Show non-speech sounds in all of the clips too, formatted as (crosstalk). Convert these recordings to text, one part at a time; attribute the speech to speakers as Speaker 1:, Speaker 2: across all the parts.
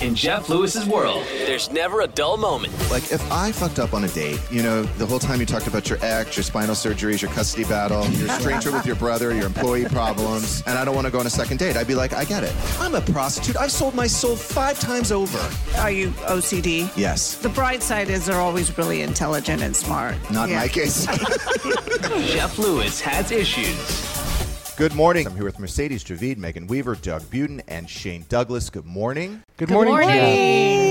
Speaker 1: In Jeff Lewis's world, there's never a dull moment.
Speaker 2: Like if I fucked up on a date, you know, the whole time you talked about your ex, your spinal surgeries, your custody battle, your stranger with your brother, your employee problems, and I don't want to go on a second date, I'd be like, I get it. I'm a prostitute. I've sold my soul five times over.
Speaker 3: Are you OCD?
Speaker 2: Yes.
Speaker 3: The bright side is they're always really intelligent and smart.
Speaker 2: Not in
Speaker 3: Yeah.
Speaker 2: my
Speaker 1: (laughs)
Speaker 2: case. (laughs)
Speaker 1: Jeff Lewis has issues.
Speaker 2: Good morning. I'm here with Mercedes Dravid, Megan Weaver, Doug Buden, and Shane Douglas. Good morning.
Speaker 4: Good morning.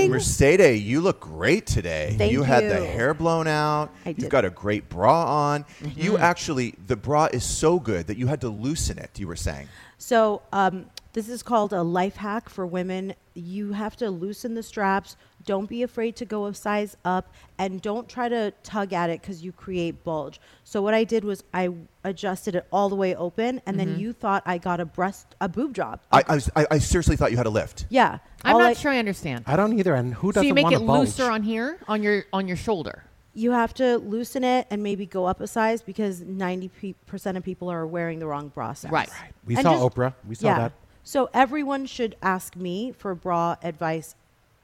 Speaker 2: Mercedes, you look great today.
Speaker 5: Thank
Speaker 2: you had the
Speaker 5: you.
Speaker 2: hair blown out.
Speaker 5: I
Speaker 2: You've
Speaker 5: did. Mm-hmm.
Speaker 2: got a great bra on. You actually, the bra is so good that you had to loosen it, you were saying.
Speaker 5: So um, this is called a life hack for women. You have to loosen the straps. Don't be afraid to go a size up, and don't try to tug at it because you create bulge. So what I did was I adjusted it all the way open, and
Speaker 6: Mm-hmm.
Speaker 5: then you thought I got a breast, a boob job.
Speaker 2: I, I, was, I, I seriously thought you had a lift.
Speaker 5: yeah,
Speaker 6: Uh, I'm
Speaker 5: All
Speaker 6: not
Speaker 5: I-
Speaker 6: sure I understand.
Speaker 4: I don't either. And who
Speaker 6: So
Speaker 4: doesn't
Speaker 6: you make
Speaker 4: want
Speaker 6: it
Speaker 4: a bulge?
Speaker 6: looser on here, on your on your shoulder.
Speaker 5: You have to loosen it and maybe go up a size because ninety pe- percent of people are wearing the wrong bra size.
Speaker 6: Right. Right.
Speaker 4: We
Speaker 5: And
Speaker 4: saw
Speaker 5: just-
Speaker 4: Oprah. We saw
Speaker 5: yeah.
Speaker 4: that.
Speaker 5: So everyone should ask me for bra advice.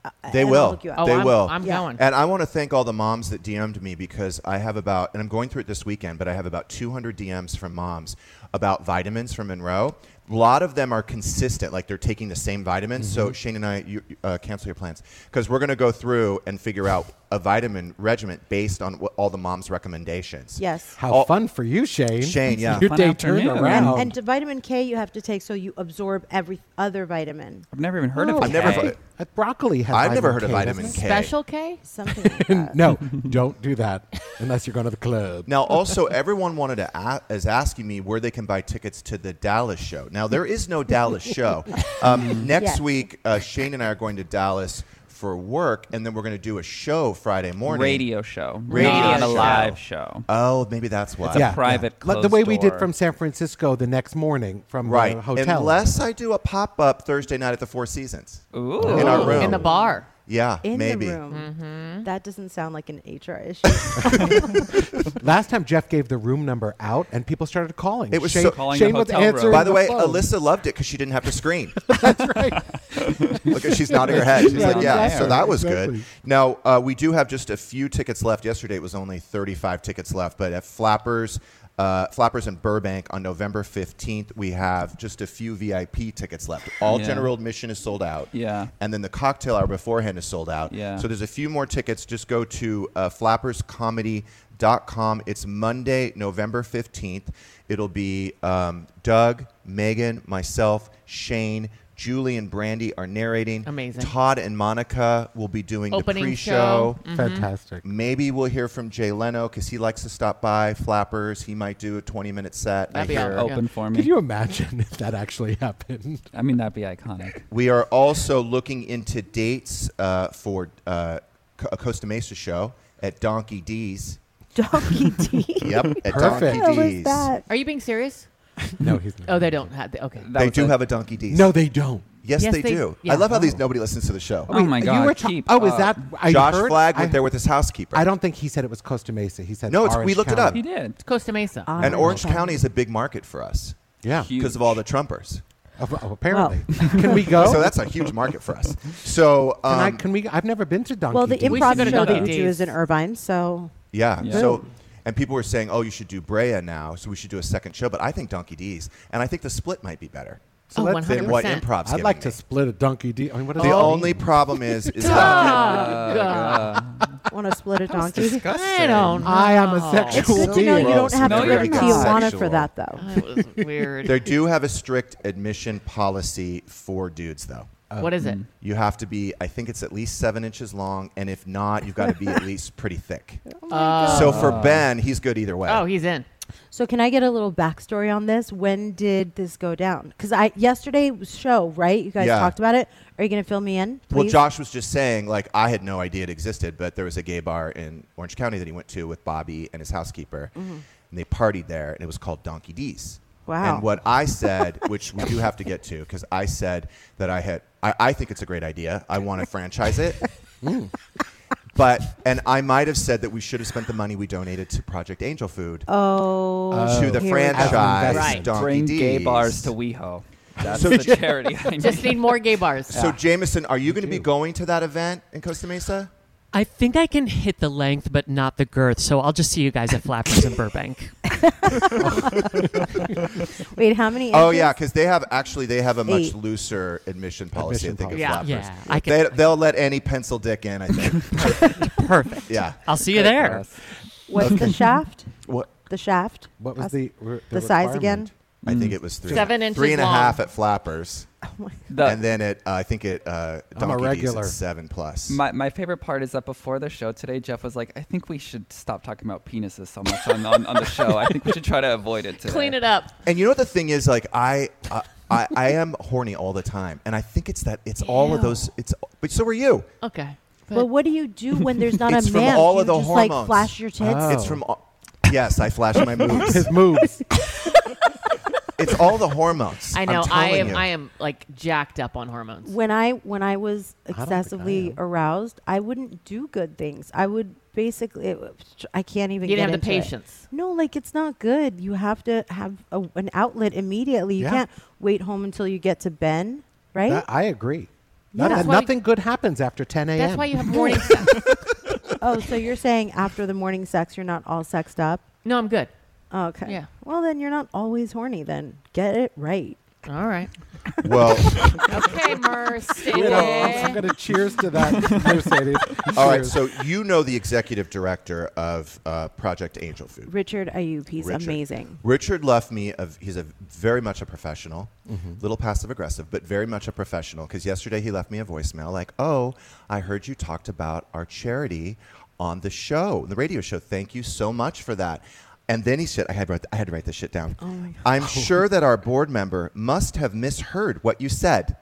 Speaker 5: uh,
Speaker 2: They
Speaker 5: and I'll
Speaker 2: will.
Speaker 5: look you up.
Speaker 6: Oh,
Speaker 2: they
Speaker 6: I'm,
Speaker 2: will.
Speaker 6: I'm
Speaker 5: Yeah.
Speaker 6: going.
Speaker 2: And I want to thank all the moms that DM'd me because I have about, and I'm going through it this weekend, but I have about 200 DMs from moms about vitamins from Monroe. A lot of them are consistent, like they're taking the same vitamins. So Shane and I, you, you, uh, cancel your plans because we're going to go through and figure out a vitamin regimen based on what all the moms' recommendations.
Speaker 5: Yes.
Speaker 4: How fun for you, Shane.
Speaker 2: Oh. Shane, yeah.
Speaker 4: Your
Speaker 7: Fun
Speaker 4: day
Speaker 7: afternoon.
Speaker 4: turned
Speaker 5: And,
Speaker 4: around.
Speaker 2: Um,
Speaker 5: and to vitamin K you have to take so you absorb every other vitamin.
Speaker 7: I've never even heard
Speaker 4: Oh,
Speaker 7: of it.
Speaker 2: I've never
Speaker 7: Hey.
Speaker 2: thought-
Speaker 4: Uh, broccoli has
Speaker 2: I've never
Speaker 4: vitamin
Speaker 2: heard of
Speaker 4: K,
Speaker 2: vitamin
Speaker 4: doesn't
Speaker 2: K.
Speaker 6: Special K?
Speaker 5: Something
Speaker 2: (laughs)
Speaker 5: like that.
Speaker 4: it?
Speaker 7: (laughs)
Speaker 4: No, don't do that unless you're going to the club.
Speaker 2: Now, also, everyone wanted to a- is asking me where they can buy tickets to the Dallas show. Now, there is no Dallas show. Um, next
Speaker 5: Yeah.
Speaker 2: week, uh, Shane and I are going to Dallas for work, and then we're going to do a show Friday morning.
Speaker 7: Radio show.
Speaker 2: Radio
Speaker 7: Not
Speaker 2: show.
Speaker 7: a live show.
Speaker 2: Oh, maybe that's why.
Speaker 7: a private
Speaker 4: Like The
Speaker 7: closed
Speaker 4: way we did
Speaker 7: door.
Speaker 4: from San Francisco the next morning from uh,
Speaker 2: right.
Speaker 4: the hotel.
Speaker 2: Unless I do a pop up Thursday night at the Four Seasons.
Speaker 7: Ooh.
Speaker 2: In our room.
Speaker 6: In the bar.
Speaker 2: Yeah,
Speaker 5: In
Speaker 2: maybe.
Speaker 5: the room.
Speaker 6: Mm-hmm.
Speaker 5: That doesn't sound like an HR
Speaker 2: (laughs)
Speaker 5: issue.
Speaker 4: (laughs) Last time Jeff gave the room number out and people started calling.
Speaker 2: It was
Speaker 4: Shane,
Speaker 2: so-
Speaker 7: Calling the
Speaker 4: Shane was
Speaker 7: hotel room.
Speaker 4: answering
Speaker 2: By the way,
Speaker 4: phone. (laughs)
Speaker 2: Alyssa loved it because she didn't have to
Speaker 7: (laughs)
Speaker 2: scream. That's
Speaker 6: Mm-hmm.
Speaker 2: right. (laughs) Look, at- she's nodding her head. She's
Speaker 4: Yeah,
Speaker 2: like, yeah.
Speaker 4: exactly.
Speaker 2: So that was
Speaker 4: Exactly.
Speaker 2: good. Now uh, we do have just a few tickets left. Yesterday it was only 35 tickets left, but at Flappers. Uh, Flappers in Burbank on November 15th. We have just a few VIP tickets left. All
Speaker 7: Yeah.
Speaker 2: general admission is sold out.
Speaker 7: Yeah.
Speaker 2: And then the cocktail hour beforehand is sold out.
Speaker 7: Yeah.
Speaker 2: So there's a few more tickets. Just go to uh, flapperscomedy.com. It's Monday, November 15th. It'll be um, Doug, Megan, myself, Shane, Julie, and Brandy are narrating.
Speaker 6: Amazing.
Speaker 2: Todd and Monica will be doing
Speaker 6: Opening
Speaker 2: the pre show.
Speaker 4: Fantastic.
Speaker 2: Maybe we'll hear from Jay Leno because he likes to stop by Flappers. He might do a 20 minute set.
Speaker 6: That'd
Speaker 2: I
Speaker 6: be
Speaker 2: hear.
Speaker 6: awesome.
Speaker 7: Open for
Speaker 4: Could
Speaker 7: me.
Speaker 4: you imagine if that actually happened?
Speaker 7: I mean, that'd be iconic.
Speaker 2: We are also looking into dates uh, for uh, Co- a Costa Mesa show at Donkey D's.
Speaker 5: Donkey D.
Speaker 4: (laughs)
Speaker 2: Yep, at
Speaker 4: Perfect.
Speaker 5: (laughs) What
Speaker 2: Donkey
Speaker 5: was
Speaker 2: D's.
Speaker 5: that?
Speaker 6: Are you being serious?
Speaker 4: (laughs) No, he's not.
Speaker 6: Oh, they don't have the, okay.
Speaker 7: That
Speaker 2: They
Speaker 7: was
Speaker 2: do
Speaker 7: a-
Speaker 2: have a Donkey D's.
Speaker 4: No, they don't.
Speaker 2: yes,
Speaker 6: Yes,
Speaker 2: they,
Speaker 6: they-
Speaker 2: do.
Speaker 6: yeah.
Speaker 2: I love how these nobody listens to the show.
Speaker 7: Oh my God.
Speaker 4: You were
Speaker 7: keep
Speaker 4: oh, is
Speaker 7: up.
Speaker 4: that I
Speaker 2: Josh
Speaker 4: heard-
Speaker 2: Flagg
Speaker 4: I-
Speaker 2: went there with his housekeeper.
Speaker 4: I don't think he said it was Costa Mesa. He said
Speaker 2: No, it's- we
Speaker 4: Orange
Speaker 2: looked it
Speaker 4: County.
Speaker 7: He did.
Speaker 6: It's Costa Mesa.
Speaker 2: and
Speaker 5: Oh.
Speaker 2: Orange County is a big market for us
Speaker 4: Yeah,
Speaker 7: Huge.
Speaker 2: because of all the Trumpers.
Speaker 4: Ap- oh, apparently. (laughs) Can we go?
Speaker 2: (laughs) So that's a huge market for us. So um,
Speaker 4: Oh. (laughs) can I? Can we? I've never been to Donkey.
Speaker 5: Well, the
Speaker 4: D's.
Speaker 7: We should go
Speaker 5: improv
Speaker 7: to
Speaker 5: show that
Speaker 7: Donkey
Speaker 5: we do
Speaker 6: D's.
Speaker 5: is in Irvine, so
Speaker 2: yeah.
Speaker 7: Yeah.
Speaker 2: So and people were saying, oh, you should do Brea now. So we should do a second show. But I think Donkey D's, and I think the split might be better. So
Speaker 6: Oh,
Speaker 2: that's then what
Speaker 6: 100%.
Speaker 2: improv's
Speaker 4: I'd
Speaker 2: giving
Speaker 4: like
Speaker 2: me.
Speaker 4: to split a donkey. D- I mean, what is
Speaker 2: The
Speaker 4: it?
Speaker 2: only problem is, is that
Speaker 6: (laughs)
Speaker 5: Want to split a donkey?
Speaker 6: I don't know.
Speaker 4: I am a
Speaker 5: It's
Speaker 4: sexual
Speaker 5: good to know you
Speaker 4: being.
Speaker 5: don't have
Speaker 7: No,
Speaker 5: to
Speaker 7: you're
Speaker 5: go to
Speaker 7: not.
Speaker 5: Tijuana for
Speaker 2: Sexual.
Speaker 5: that, though.
Speaker 6: That was weird.
Speaker 2: they do have a strict admission policy for dudes, though.
Speaker 6: what is it?
Speaker 2: You have to be, I think it's at least seven inches long, and if not, you've got to be
Speaker 6: (laughs)
Speaker 2: at least pretty thick. so for Ben, he's good either way.
Speaker 6: Oh, he's in.
Speaker 5: So can I get a little backstory on this? When did this go down? Because I yesterday's show, right? You guys
Speaker 2: Yeah.
Speaker 5: talked about it. Are you going to fill me in? Please?
Speaker 2: well, Josh was just saying, like, I had no idea it existed, but there was a gay bar in Orange County that he went to with Bobby and his housekeeper,
Speaker 5: Mm-hmm.
Speaker 2: and they partied there, and it was called Donkey D's.
Speaker 5: Wow.
Speaker 2: And what I said, which we do have to get to, because I said that I had, I, I think it's a great idea. I want to franchise it.
Speaker 5: Mm.
Speaker 2: But, and I might have said that we should have spent the money we donated to Project Angel Food
Speaker 5: Oh,
Speaker 2: to the
Speaker 5: here we go.
Speaker 2: franchise
Speaker 6: Right.
Speaker 2: Donkey
Speaker 7: Bring gay
Speaker 2: D's.
Speaker 7: bars to WeHo. That's
Speaker 2: So
Speaker 7: the
Speaker 2: j-
Speaker 7: charity. I need.
Speaker 6: Just need more gay bars.
Speaker 2: So, Jameson, are you going to be going to that event in Costa Mesa?
Speaker 8: I think I can hit the length, but not the girth. So I'll just see you guys at Flappers in Burbank.
Speaker 5: Wait, how many?
Speaker 2: Oh
Speaker 5: inches?
Speaker 2: yeah, because they have actually they have a much
Speaker 5: Eight.
Speaker 2: looser admission policy.
Speaker 4: Admission
Speaker 2: I think
Speaker 6: policy.
Speaker 2: of flappers.
Speaker 8: Yeah, I
Speaker 2: They,
Speaker 8: can.
Speaker 2: they'll let any pencil dick in. I think.
Speaker 6: (laughs)
Speaker 8: Perfect.
Speaker 2: yeah.
Speaker 8: I'll see you there.
Speaker 5: What's the shaft?
Speaker 2: What?
Speaker 5: The shaft.
Speaker 4: What was
Speaker 5: Us-
Speaker 4: the re-
Speaker 5: the size again?
Speaker 4: requirement?
Speaker 2: I think it was three.
Speaker 6: Seven inches
Speaker 2: Three and a
Speaker 6: long.
Speaker 2: half at flappers,
Speaker 7: The-
Speaker 2: and then it. Uh, I think it. Uh,
Speaker 4: a
Speaker 2: Donkey D's
Speaker 4: regular.
Speaker 2: at seven plus.
Speaker 7: my, my favorite part is that before the show today, Jeff was like, I think we should stop talking about penises so much on, on, on the show. I think we should try to avoid it today.
Speaker 6: Clean it up.
Speaker 2: and you know what the thing is? Like I. Uh, I, I am horny all the time, and I think it's that it's all of
Speaker 6: Ew.
Speaker 2: those. It's but so are you.
Speaker 6: Okay.
Speaker 5: But what do you do when there's not
Speaker 2: It's
Speaker 5: a
Speaker 2: from
Speaker 5: man?
Speaker 2: all
Speaker 5: do
Speaker 2: of
Speaker 5: you
Speaker 2: the
Speaker 5: just like
Speaker 2: hormones. Ah.
Speaker 5: flash your tits?
Speaker 4: Oh.
Speaker 2: It's from all, yes, I flash
Speaker 6: (laughs)
Speaker 2: my moves.
Speaker 4: His
Speaker 5: (laughs)
Speaker 4: moves.
Speaker 2: it's all the hormones.
Speaker 6: I
Speaker 2: I'm
Speaker 6: know. I
Speaker 2: telling
Speaker 6: am.
Speaker 2: you.
Speaker 6: I am like jacked up on hormones.
Speaker 5: When I when I was
Speaker 4: think I
Speaker 5: excessively
Speaker 4: am.
Speaker 5: aroused, I wouldn't do good things. I would basically, it, I can't even.
Speaker 6: you
Speaker 5: get
Speaker 6: didn't have the
Speaker 5: into it.
Speaker 6: patience.
Speaker 5: No, like it's not good. You have to have a, an outlet immediately. You
Speaker 4: Yeah.
Speaker 5: can't wait home until you get to Ben, right?
Speaker 4: That- I agree. Not-
Speaker 5: That's
Speaker 4: and
Speaker 6: why-
Speaker 4: nothing good happens after 10 a.m.
Speaker 6: That's why you
Speaker 2: (laughs)
Speaker 6: have morning sex.
Speaker 5: oh, so you're saying after the morning sex, you're not all sexed up?
Speaker 6: No, I'm good.
Speaker 5: Oh, Okay.
Speaker 6: Yeah.
Speaker 5: Well, then you're not always horny. Then get it right.
Speaker 9: (laughs)
Speaker 6: All right.
Speaker 2: Well,
Speaker 6: Okay, Merce.
Speaker 4: You know, I'm going to cheers to
Speaker 5: (laughs)
Speaker 4: that, Mercedes.
Speaker 2: All right,
Speaker 4: Cheers.
Speaker 2: so you know the executive director of uh, Project Angel Food.
Speaker 5: Richard Ayub, he's
Speaker 2: Richard.
Speaker 5: amazing.
Speaker 2: Richard left me. Of he's a very much a professional, little passive aggressive, but very much a professional. Because yesterday he left me a voicemail like, "Oh, I heard you talked about our charity on the show, the radio show. Thank you so much for that." And then he said, "I had wrote, I had to write this shit
Speaker 5: Oh
Speaker 2: down. I'm sure that our board member must have misheard what you said.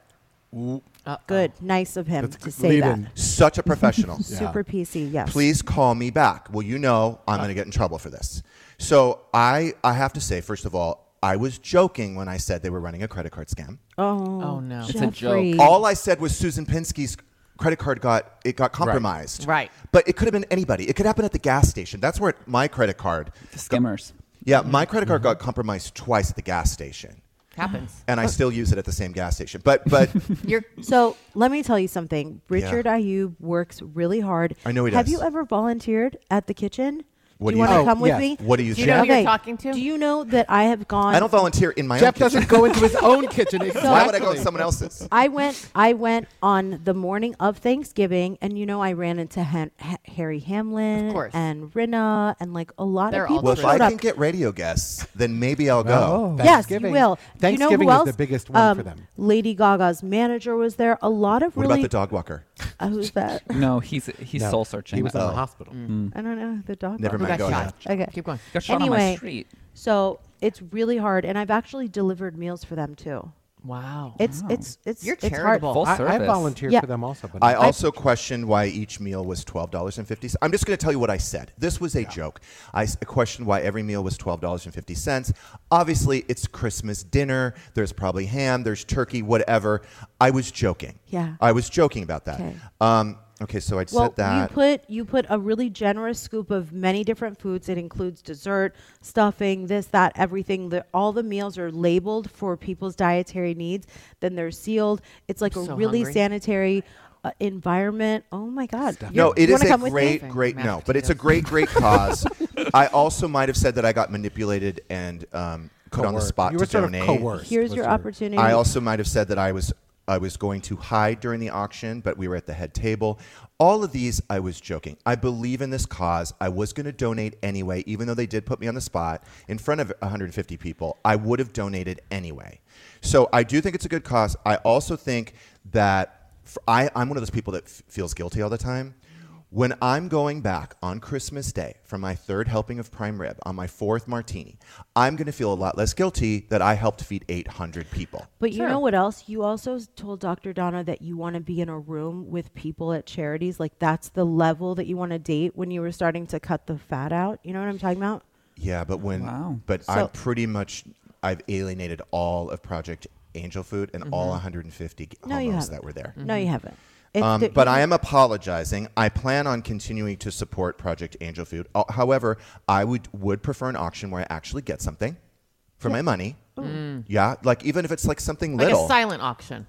Speaker 5: Good. Nice of him to
Speaker 4: good
Speaker 5: say that.
Speaker 4: lead-in.
Speaker 2: Such a professional."
Speaker 5: (laughs) Super PC. Yes.
Speaker 2: please call me back. Well, you know I'm going to get in trouble for this. So I, I have to say, first of all, I was joking when I said they were running a credit card scam. Mm.
Speaker 5: Oh,
Speaker 6: Oh, no. It's
Speaker 7: a joke.
Speaker 5: Jeffrey.
Speaker 2: All I said was Susan Pinsky's credit card got it got compromised.
Speaker 6: Right.
Speaker 2: But it could have been anybody. It could happen at the gas station. That's where my credit card.
Speaker 7: The skimmers.
Speaker 2: Yeah, my credit card got compromised twice at the gas station.
Speaker 6: happens.
Speaker 2: And I still use it at the same gas station. But but
Speaker 6: You're
Speaker 5: So let me tell you something. Richard Ayub works really hard.
Speaker 2: I know he
Speaker 5: Have
Speaker 2: does.
Speaker 5: you ever volunteered at the kitchen?
Speaker 2: What
Speaker 5: do
Speaker 2: do
Speaker 5: you
Speaker 2: you
Speaker 5: want to
Speaker 2: think?
Speaker 5: come with
Speaker 4: Yes.
Speaker 5: me?
Speaker 2: what do you
Speaker 6: Do you
Speaker 2: think?
Speaker 6: know who you're talking to?
Speaker 5: Do you know that I have gone?
Speaker 2: I don't volunteer in my own
Speaker 4: Jeff
Speaker 2: kitchen.
Speaker 4: doesn't go into his
Speaker 5: (laughs)
Speaker 4: own kitchen. Exactly.
Speaker 2: Why would I go to someone else's?
Speaker 5: I went. I went on the morning of Thanksgiving, and you know, I ran into Han- Ha- Harry Hamlin
Speaker 6: Of course.
Speaker 5: and Rinna, and like a lot
Speaker 6: They're
Speaker 5: of
Speaker 6: all
Speaker 5: people
Speaker 2: Well, if I
Speaker 5: showed up.
Speaker 2: can get radio guests, then maybe I'll go.
Speaker 4: Oh.
Speaker 5: Yes, you
Speaker 4: Thanksgiving.
Speaker 5: will. you know
Speaker 4: Thanksgiving
Speaker 5: who
Speaker 4: is
Speaker 5: else?
Speaker 4: the biggest one for
Speaker 5: Um,
Speaker 4: them.
Speaker 5: Lady Gaga's manager was there. A lot of
Speaker 2: What
Speaker 5: really.
Speaker 2: about the dog walker?
Speaker 5: Uh, who's that?
Speaker 7: No, he's he's
Speaker 4: No,
Speaker 7: soul searching. Uh,
Speaker 4: He was in
Speaker 2: Oh.
Speaker 4: the hospital.
Speaker 5: I don't know the dog.
Speaker 2: Never
Speaker 5: walker.
Speaker 2: mind.
Speaker 6: Hmm. got
Speaker 2: Go ahead.
Speaker 6: shot.
Speaker 5: Okay.
Speaker 6: Keep going.
Speaker 7: Got shot on my
Speaker 5: Anyway.
Speaker 7: street.
Speaker 5: So it's really hard, and I've actually delivered meals for them too.
Speaker 6: Wow.
Speaker 5: It's it's it's
Speaker 6: You're
Speaker 5: it's
Speaker 6: charitable.
Speaker 5: Hard.
Speaker 7: Full
Speaker 4: I, I
Speaker 7: service.
Speaker 4: volunteered
Speaker 5: Yeah.
Speaker 4: for them also. But
Speaker 2: I also questioned why each meal was twelve dollars and fifty. I'm just going to tell you what I said. This was a joke. I s- questioned why every meal was twelve dollars and fifty cents. Obviously, it's Christmas dinner. There's probably ham. There's turkey. Whatever. I was joking.
Speaker 5: Yeah.
Speaker 2: I was joking about that.
Speaker 5: Okay.
Speaker 2: Um, okay. So I would
Speaker 5: Well,
Speaker 2: said that.
Speaker 5: you put you put a really generous scoop of many different foods. It includes dessert, stuffing, this, that, everything. The, all the meals are labeled for people's dietary needs. Then they're sealed. It's like a
Speaker 6: so
Speaker 5: really
Speaker 6: hungry.
Speaker 5: sanitary uh, environment. Oh my God! You-
Speaker 2: no, it
Speaker 5: you
Speaker 2: is
Speaker 5: wanna
Speaker 2: a
Speaker 5: come with me?
Speaker 2: great, great
Speaker 6: Mashed
Speaker 2: no,
Speaker 5: (laughs)
Speaker 2: but it's a great, great cause. I also might have said that I got manipulated and um, put on the
Speaker 4: coerced.
Speaker 2: spot
Speaker 4: You
Speaker 2: to
Speaker 4: were sort of
Speaker 2: donate.
Speaker 4: coerced
Speaker 5: Here's was your your- opportunity.
Speaker 2: I also might have said that I was I was going to hide during the auction, but we were at the head table. All of these, I was joking. I believe in this cause. I was going to donate anyway, even though they did put me on the spot in front of 150 people. I would have donated anyway. So I do think it's a good cause. I also think that f I, I'm one of those people that f- feels guilty all the time. When I'm going back on Christmas Day for my third helping of prime rib on my fourth martini, I'm going to feel a lot less guilty that I helped feed 800 people.
Speaker 5: But you know what else? You also s- told Dr. Donna that you want to be in a room with people at charities. Like that's the level that you want to date when you were starting to cut the fat out. You know what I'm talking about?
Speaker 2: Yeah, but when
Speaker 5: Wow.
Speaker 2: but
Speaker 5: So-
Speaker 2: I'm pretty much I've alienated all of Project Angel Food and
Speaker 5: Mm-hmm.
Speaker 2: all 150 g-
Speaker 5: No, you
Speaker 2: homos
Speaker 5: haven't.
Speaker 2: that were there.
Speaker 5: No,
Speaker 6: Mm-hmm.
Speaker 5: you haven't. It's
Speaker 2: um,
Speaker 5: the-
Speaker 2: but
Speaker 5: you-
Speaker 2: I am apologizing. I plan on continuing to support Project Angel Food. Uh, however, I would would prefer an auction where I actually get something for my money.
Speaker 6: Mm.
Speaker 2: Yeah, like even if it's like something
Speaker 6: Like
Speaker 2: little.
Speaker 6: a silent auction.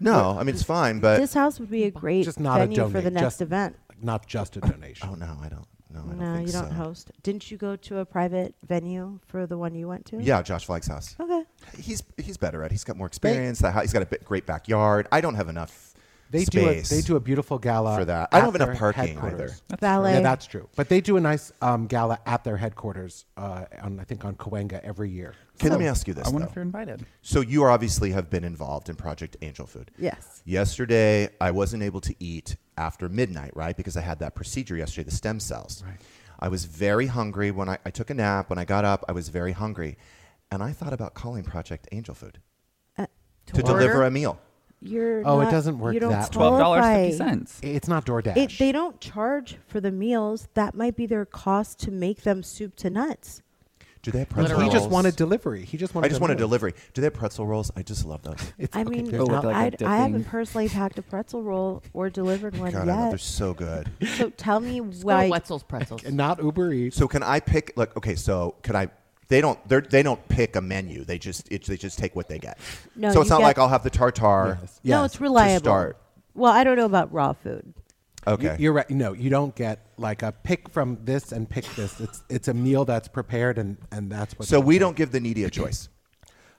Speaker 2: no, I mean it's fine, but
Speaker 5: this house would be a great
Speaker 2: Uh, Just not a
Speaker 5: venue for the
Speaker 2: donate,
Speaker 5: next
Speaker 2: just-
Speaker 5: event.
Speaker 4: not just a donation.
Speaker 2: oh no, I don't. No, I don't
Speaker 5: No,
Speaker 2: think
Speaker 5: you don't
Speaker 2: so.
Speaker 5: host. Didn't you go to a private venue for the one you went to?
Speaker 2: Yeah, Josh Flagg's house.
Speaker 5: Okay.
Speaker 2: He's he's better at. it. He's got more experience. The hou- he's got a bit great backyard. I don't have enough.
Speaker 4: They do, a,
Speaker 2: space.
Speaker 4: they do a beautiful gala
Speaker 2: for that. I don't
Speaker 4: at
Speaker 2: have enough
Speaker 4: their
Speaker 2: parking either.
Speaker 4: headquarters.
Speaker 5: That's Ballet.
Speaker 4: Yeah, that's true. But they do a nice um, gala at their headquarters uh, on I think on Cahuenga every year.
Speaker 2: Okay, let me ask you this.
Speaker 7: I wonder
Speaker 2: though.
Speaker 7: if you're invited.
Speaker 2: So you obviously have been involved in Project Angel Food.
Speaker 5: Yes.
Speaker 2: Yesterday, I wasn't able to eat after midnight, right? Because I had that procedure yesterday, the stem cells. Right. I was very hungry when I, I took a nap. When I got up, I was very hungry, and I thought about calling Project Angel Food to,
Speaker 5: order?
Speaker 2: deliver a meal.
Speaker 5: Uh, You're
Speaker 4: Oh, it
Speaker 5: not-
Speaker 4: doesn't work
Speaker 5: you don't
Speaker 4: that
Speaker 5: qualify.
Speaker 4: It's not DoorDash.
Speaker 5: It, they don't charge for the meals. That might be their cost to make them soup to nuts.
Speaker 2: Do they have
Speaker 4: He
Speaker 2: pretzel
Speaker 4: just
Speaker 5: Oh.
Speaker 2: rolls?
Speaker 4: wanted delivery. He just wanted
Speaker 2: I just wanted
Speaker 4: delivery.
Speaker 2: delivery. Do they have pretzel rolls? I just love those.
Speaker 4: It's-
Speaker 5: I
Speaker 4: okay,
Speaker 5: mean,
Speaker 4: there's Oh, with not- like a
Speaker 5: I'd- I haven't
Speaker 4: dipping.
Speaker 5: personally packed a pretzel roll or delivered one
Speaker 2: God, I know, they're
Speaker 5: yet.
Speaker 2: so good.
Speaker 5: So tell me
Speaker 6: to
Speaker 5: why.
Speaker 6: Wetzel's Pretzels.
Speaker 4: Not Uber Eats.
Speaker 2: So can I pick? Like, okay, so can I? They don't. They're, they don't pick a menu. They just it, they just take what they get.
Speaker 5: No,
Speaker 2: so it's
Speaker 5: you
Speaker 2: not
Speaker 5: get-
Speaker 2: like I'll have the tartar.
Speaker 5: No, it's reliable.
Speaker 2: To start.
Speaker 5: Well, I don't know about raw food.
Speaker 2: Okay.
Speaker 4: You, are right. No, you don't get like a pick from this and pick this. It's it's a meal that's prepared and and that's what.
Speaker 2: So
Speaker 4: they
Speaker 2: we
Speaker 4: do.
Speaker 2: don't give the needy a choice.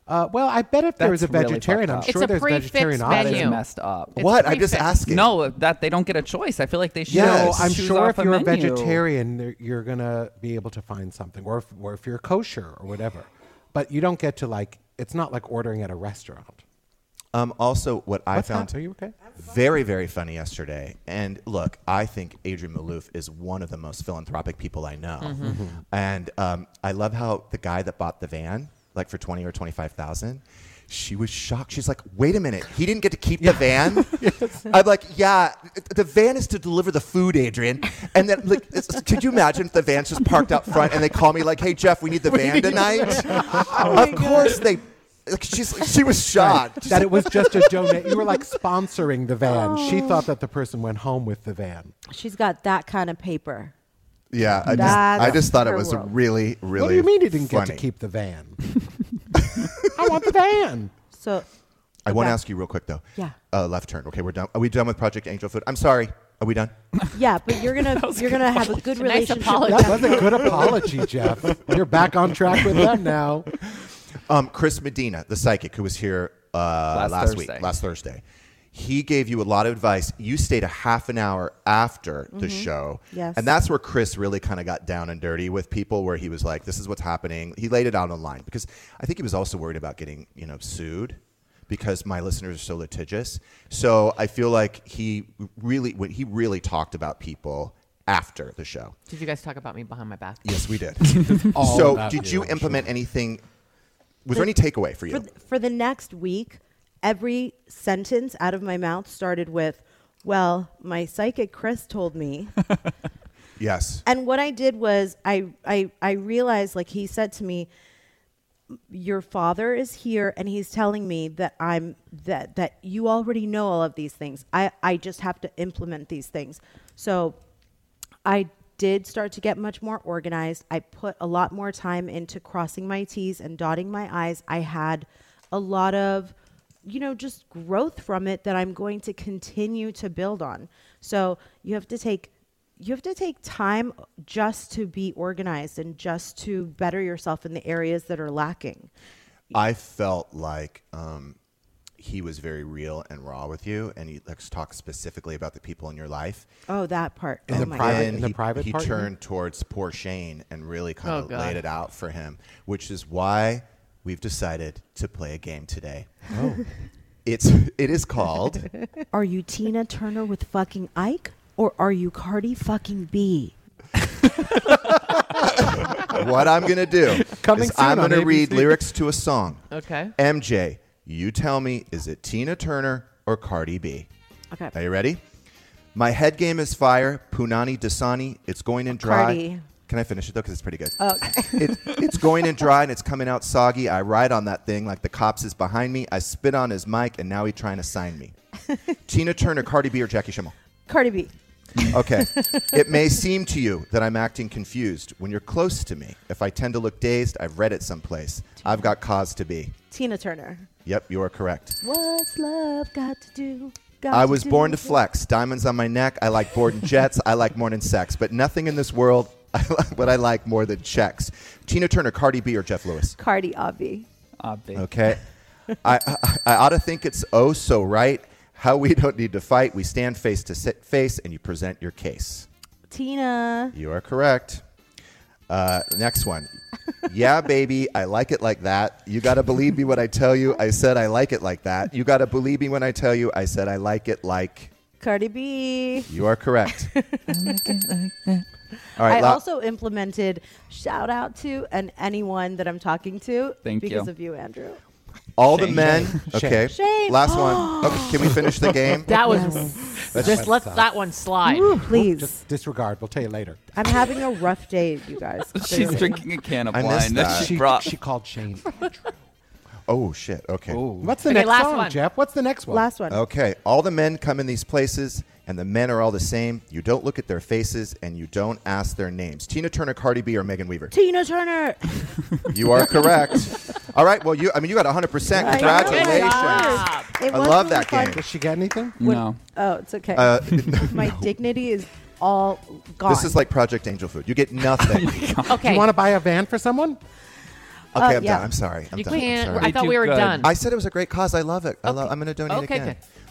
Speaker 4: Uh, well, I bet if there was
Speaker 7: That's
Speaker 4: a
Speaker 7: really
Speaker 4: vegetarian,
Speaker 7: fucked
Speaker 4: I'm
Speaker 7: up.
Speaker 4: sure there's vegetarian
Speaker 7: That
Speaker 4: options.
Speaker 7: is messed up.
Speaker 2: It's What? I'm just prefix. asking.
Speaker 7: No, that they don't get a choice. I feel like they should.
Speaker 4: No, I'm
Speaker 7: choose
Speaker 4: sure
Speaker 7: off
Speaker 4: if you're a,
Speaker 7: menu.
Speaker 4: vegetarian, there- you're gonna be able to find something, or if, or if you're kosher or whatever. But you don't get to like. It's not like ordering at a restaurant.
Speaker 2: Um, also, what I
Speaker 4: What's
Speaker 2: found
Speaker 4: that? Are you okay?
Speaker 2: very, very funny yesterday, and look, I think Adrian Malouf is one of the most philanthropic people I know, Mm-hmm.
Speaker 4: Mhm. Mhm.
Speaker 2: and um, I love how the guy that bought the van, like for twenty or twenty five thousand. She was shocked. She's like, "Wait a minute! He didn't get to keep the
Speaker 4: (laughs)
Speaker 2: van." I'm like, "Yeah, the van is to deliver the food, Adrian." And then, like, it's- could you imagine if the van's just parked out front and they call me like, "Hey, Jeff, we need
Speaker 4: (laughs)
Speaker 2: the
Speaker 4: We
Speaker 2: van
Speaker 4: need Oh the
Speaker 2: tonight."
Speaker 4: van.
Speaker 2: of course they. Like, she's, she was shocked
Speaker 4: that it was just a donate. You were like sponsoring the van.
Speaker 7: (gasps)
Speaker 4: She thought that the person went home with the van.
Speaker 5: She's got that kind of paper.
Speaker 2: Yeah, I just,
Speaker 5: That's
Speaker 2: I just thought it
Speaker 5: her
Speaker 2: was
Speaker 5: world.
Speaker 2: really, really.
Speaker 4: what do you mean he didn't get
Speaker 2: funny.
Speaker 4: to keep the
Speaker 2: (laughs)
Speaker 4: van? I want the van.
Speaker 5: So
Speaker 2: I want to
Speaker 5: Yeah.
Speaker 2: ask you real quick though.
Speaker 5: Yeah.
Speaker 2: Uh, left turn. Okay, we're done. Are we done with Project Angel Food? I'm sorry. Are we done?
Speaker 5: yeah, but you're
Speaker 6: (laughs)
Speaker 5: gonna you're gonna have a good
Speaker 6: Nice
Speaker 5: relationship.
Speaker 6: apology.
Speaker 5: with
Speaker 4: That was a good apology, Jeff. You're back on track with them now.
Speaker 2: Um, Chris Medina, the psychic who was here uh, last,
Speaker 7: Last
Speaker 2: week,
Speaker 7: Thursday.
Speaker 2: last Thursday, he gave you a lot of advice. You stayed a half an hour after the
Speaker 5: Mhm.
Speaker 2: show.
Speaker 5: Yes.
Speaker 2: And that's where Chris really kind of got down and dirty with people, where he was like, this is what's happening. He laid it out on the line because I think he was also worried about getting, you know, sued because my listeners are so litigious. So I feel like he really, when he really talked about people after the show.
Speaker 6: Did you guys talk about me behind my back?
Speaker 2: Yes, we did.
Speaker 4: (laughs) all
Speaker 2: so,
Speaker 4: about
Speaker 2: did
Speaker 4: you,
Speaker 2: you
Speaker 4: I'm
Speaker 2: implement anything? Was there any takeaway for you?
Speaker 5: For, th- for the next week, every sentence out of my mouth started with, "Well, my psychic Chris
Speaker 6: (laughs)
Speaker 5: told me."
Speaker 2: yes.
Speaker 5: and what I did was I I I realized like he said to me, "Your father is here and he's telling me that I'm that that you already know all of these things. I I just have to implement these things." So I did start to get much more organized. I put a lot more time into crossing my T's and dotting my I's. I had a lot of, you know, just growth from it that I'm going to continue to build on. So you have to take you have to take time just to be organized and just to better yourself in the areas that are lacking.
Speaker 2: I felt like um, he was very real and raw with you, and he like, talked specifically about the people in your life.
Speaker 5: Oh, that part.
Speaker 2: And
Speaker 5: oh
Speaker 2: then
Speaker 5: my
Speaker 2: then
Speaker 5: God.
Speaker 2: he, he turned towards poor Shane and really
Speaker 5: Oh,
Speaker 2: kind of
Speaker 5: God.
Speaker 2: laid it out for him, which is why we've decided to play a game today.
Speaker 5: Oh.
Speaker 2: (laughs) it's it is called
Speaker 5: Are you Tina Turner with fucking Ike or are you Cardi fucking B?
Speaker 2: what I'm going to do
Speaker 5: Coming
Speaker 2: is I'm
Speaker 5: soon on
Speaker 2: going to read
Speaker 5: ABC.
Speaker 2: lyrics to a song.
Speaker 6: Okay.
Speaker 2: MJ, you tell me, is it Tina Turner or Cardi B?
Speaker 5: Okay.
Speaker 2: Are you ready? My head game is fire. Punani Dasani. It's going in dry.
Speaker 5: Cardi.
Speaker 2: Can I finish it though? Because it's pretty good.
Speaker 5: Okay.
Speaker 2: (laughs) it, it's going in dry and it's coming out soggy. I ride on that thing like the cops is behind me. I spit on his mic and now he's trying to sign me. Tina Turner, Cardi B, or Jackie Schimmel?
Speaker 5: Cardi B.
Speaker 2: Okay. it may seem to you that I'm acting confused when you're close to me. If I tend to look dazed, I've read it someplace. I've got cause to be.
Speaker 5: Tina Turner.
Speaker 2: Yep, you are correct.
Speaker 5: What's love got to do? Got
Speaker 2: I was
Speaker 5: do
Speaker 2: born to
Speaker 5: with-
Speaker 2: flex. Diamonds on my neck. I like boarding jets. I like morning sex. But nothing in this world (laughs) I like what I like more than checks. Tina Turner, Cardi B, or Jeff Lewis?
Speaker 5: Cardi Obby.
Speaker 7: Obvi.
Speaker 2: Okay. I, I, I ought to think it's oh so right how we don't need to fight. We stand face to sit face and you present your case.
Speaker 5: Tina.
Speaker 2: You are correct. Uh, next one. yeah, baby, I like it like that. You got to believe me when I tell you I said I like it like that. You got to believe me when I tell you I said I like it like.
Speaker 5: Cardi B.
Speaker 2: You
Speaker 4: (laughs)
Speaker 2: are correct. All
Speaker 5: I
Speaker 2: right. la-
Speaker 5: also implemented shout out to and anyone that I'm talking to
Speaker 2: Thank
Speaker 5: because
Speaker 2: you.
Speaker 5: of you, Andrew.
Speaker 2: all the
Speaker 7: Shane.
Speaker 2: men.
Speaker 7: Shane.
Speaker 2: Okay.
Speaker 5: Shane.
Speaker 4: (gasps)
Speaker 2: Last one. Okay, can we finish the game?
Speaker 6: That was (laughs)
Speaker 2: Let's-
Speaker 6: just let
Speaker 4: stop.
Speaker 6: that one slide.
Speaker 5: please.
Speaker 4: Just disregard. We'll tell you later.
Speaker 5: I'm having a rough day,
Speaker 2: (laughs)
Speaker 5: you guys.
Speaker 7: (laughs) She's
Speaker 5: clearly.
Speaker 7: drinking a can of
Speaker 2: I missed
Speaker 7: wine that
Speaker 2: that.
Speaker 7: Uh, she
Speaker 2: She-
Speaker 7: brought.
Speaker 4: She called Shane.
Speaker 2: Oh shit. Okay.
Speaker 4: What's the
Speaker 6: Okay,
Speaker 4: next
Speaker 6: last
Speaker 4: song,
Speaker 6: one.
Speaker 4: Jeff? What's the next one?
Speaker 5: Last one.
Speaker 2: Okay. All the men come in these places, and the men are all the same. You don't look at their faces, and you don't ask their names. Tina Turner, Cardi B, or
Speaker 4: (laughs)
Speaker 2: Megan Weaver?
Speaker 5: Tina Turner.
Speaker 2: You are correct. All right. Well, you. I mean, you got 100. percent Congratulations.
Speaker 5: Oh It
Speaker 2: I
Speaker 5: was
Speaker 2: love
Speaker 5: really
Speaker 2: that
Speaker 5: fun.
Speaker 2: game.
Speaker 4: Does she get anything?
Speaker 7: No.
Speaker 5: Oh, it's okay.
Speaker 4: (laughs)
Speaker 2: Uh,
Speaker 5: My dignity is all gone.
Speaker 2: This is like Project Angel Food. You
Speaker 4: (laughs)
Speaker 2: get nothing.
Speaker 4: Do you want to buy a van for someone? Oh
Speaker 2: Okay,
Speaker 4: Uh,
Speaker 2: I'm
Speaker 4: yeah.
Speaker 2: done. I'm sorry. I'm
Speaker 4: You
Speaker 2: done. I'm
Speaker 4: can't-
Speaker 2: sorry.
Speaker 4: I thought we were Good. done.
Speaker 2: I said it was a great cause. I love it. I love, I'm going to donate
Speaker 4: Okay,
Speaker 2: again.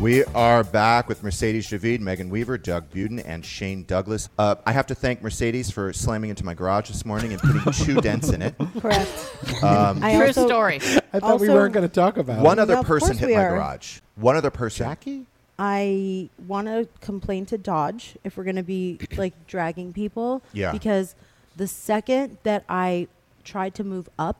Speaker 2: We are back with Mercedes Javid, Megan Weaver, Doug Buden, and Shane Douglas. Uh, I have to thank Mercedes for slamming into my garage this morning and putting two dents in it.
Speaker 5: Correct.
Speaker 2: (laughs) Um,
Speaker 5: I True also- story.
Speaker 4: I thought we
Speaker 5: also-
Speaker 4: weren't going to talk about it.
Speaker 2: One other
Speaker 5: No, of
Speaker 2: person
Speaker 5: course
Speaker 2: hit
Speaker 5: we
Speaker 2: my
Speaker 5: are.
Speaker 2: garage. One other person. Jackie?
Speaker 5: I want to complain to Dodge if we're going
Speaker 2: (clears throat)
Speaker 5: to be like dragging people.
Speaker 2: Yeah.
Speaker 5: Because the second that I tried to move up,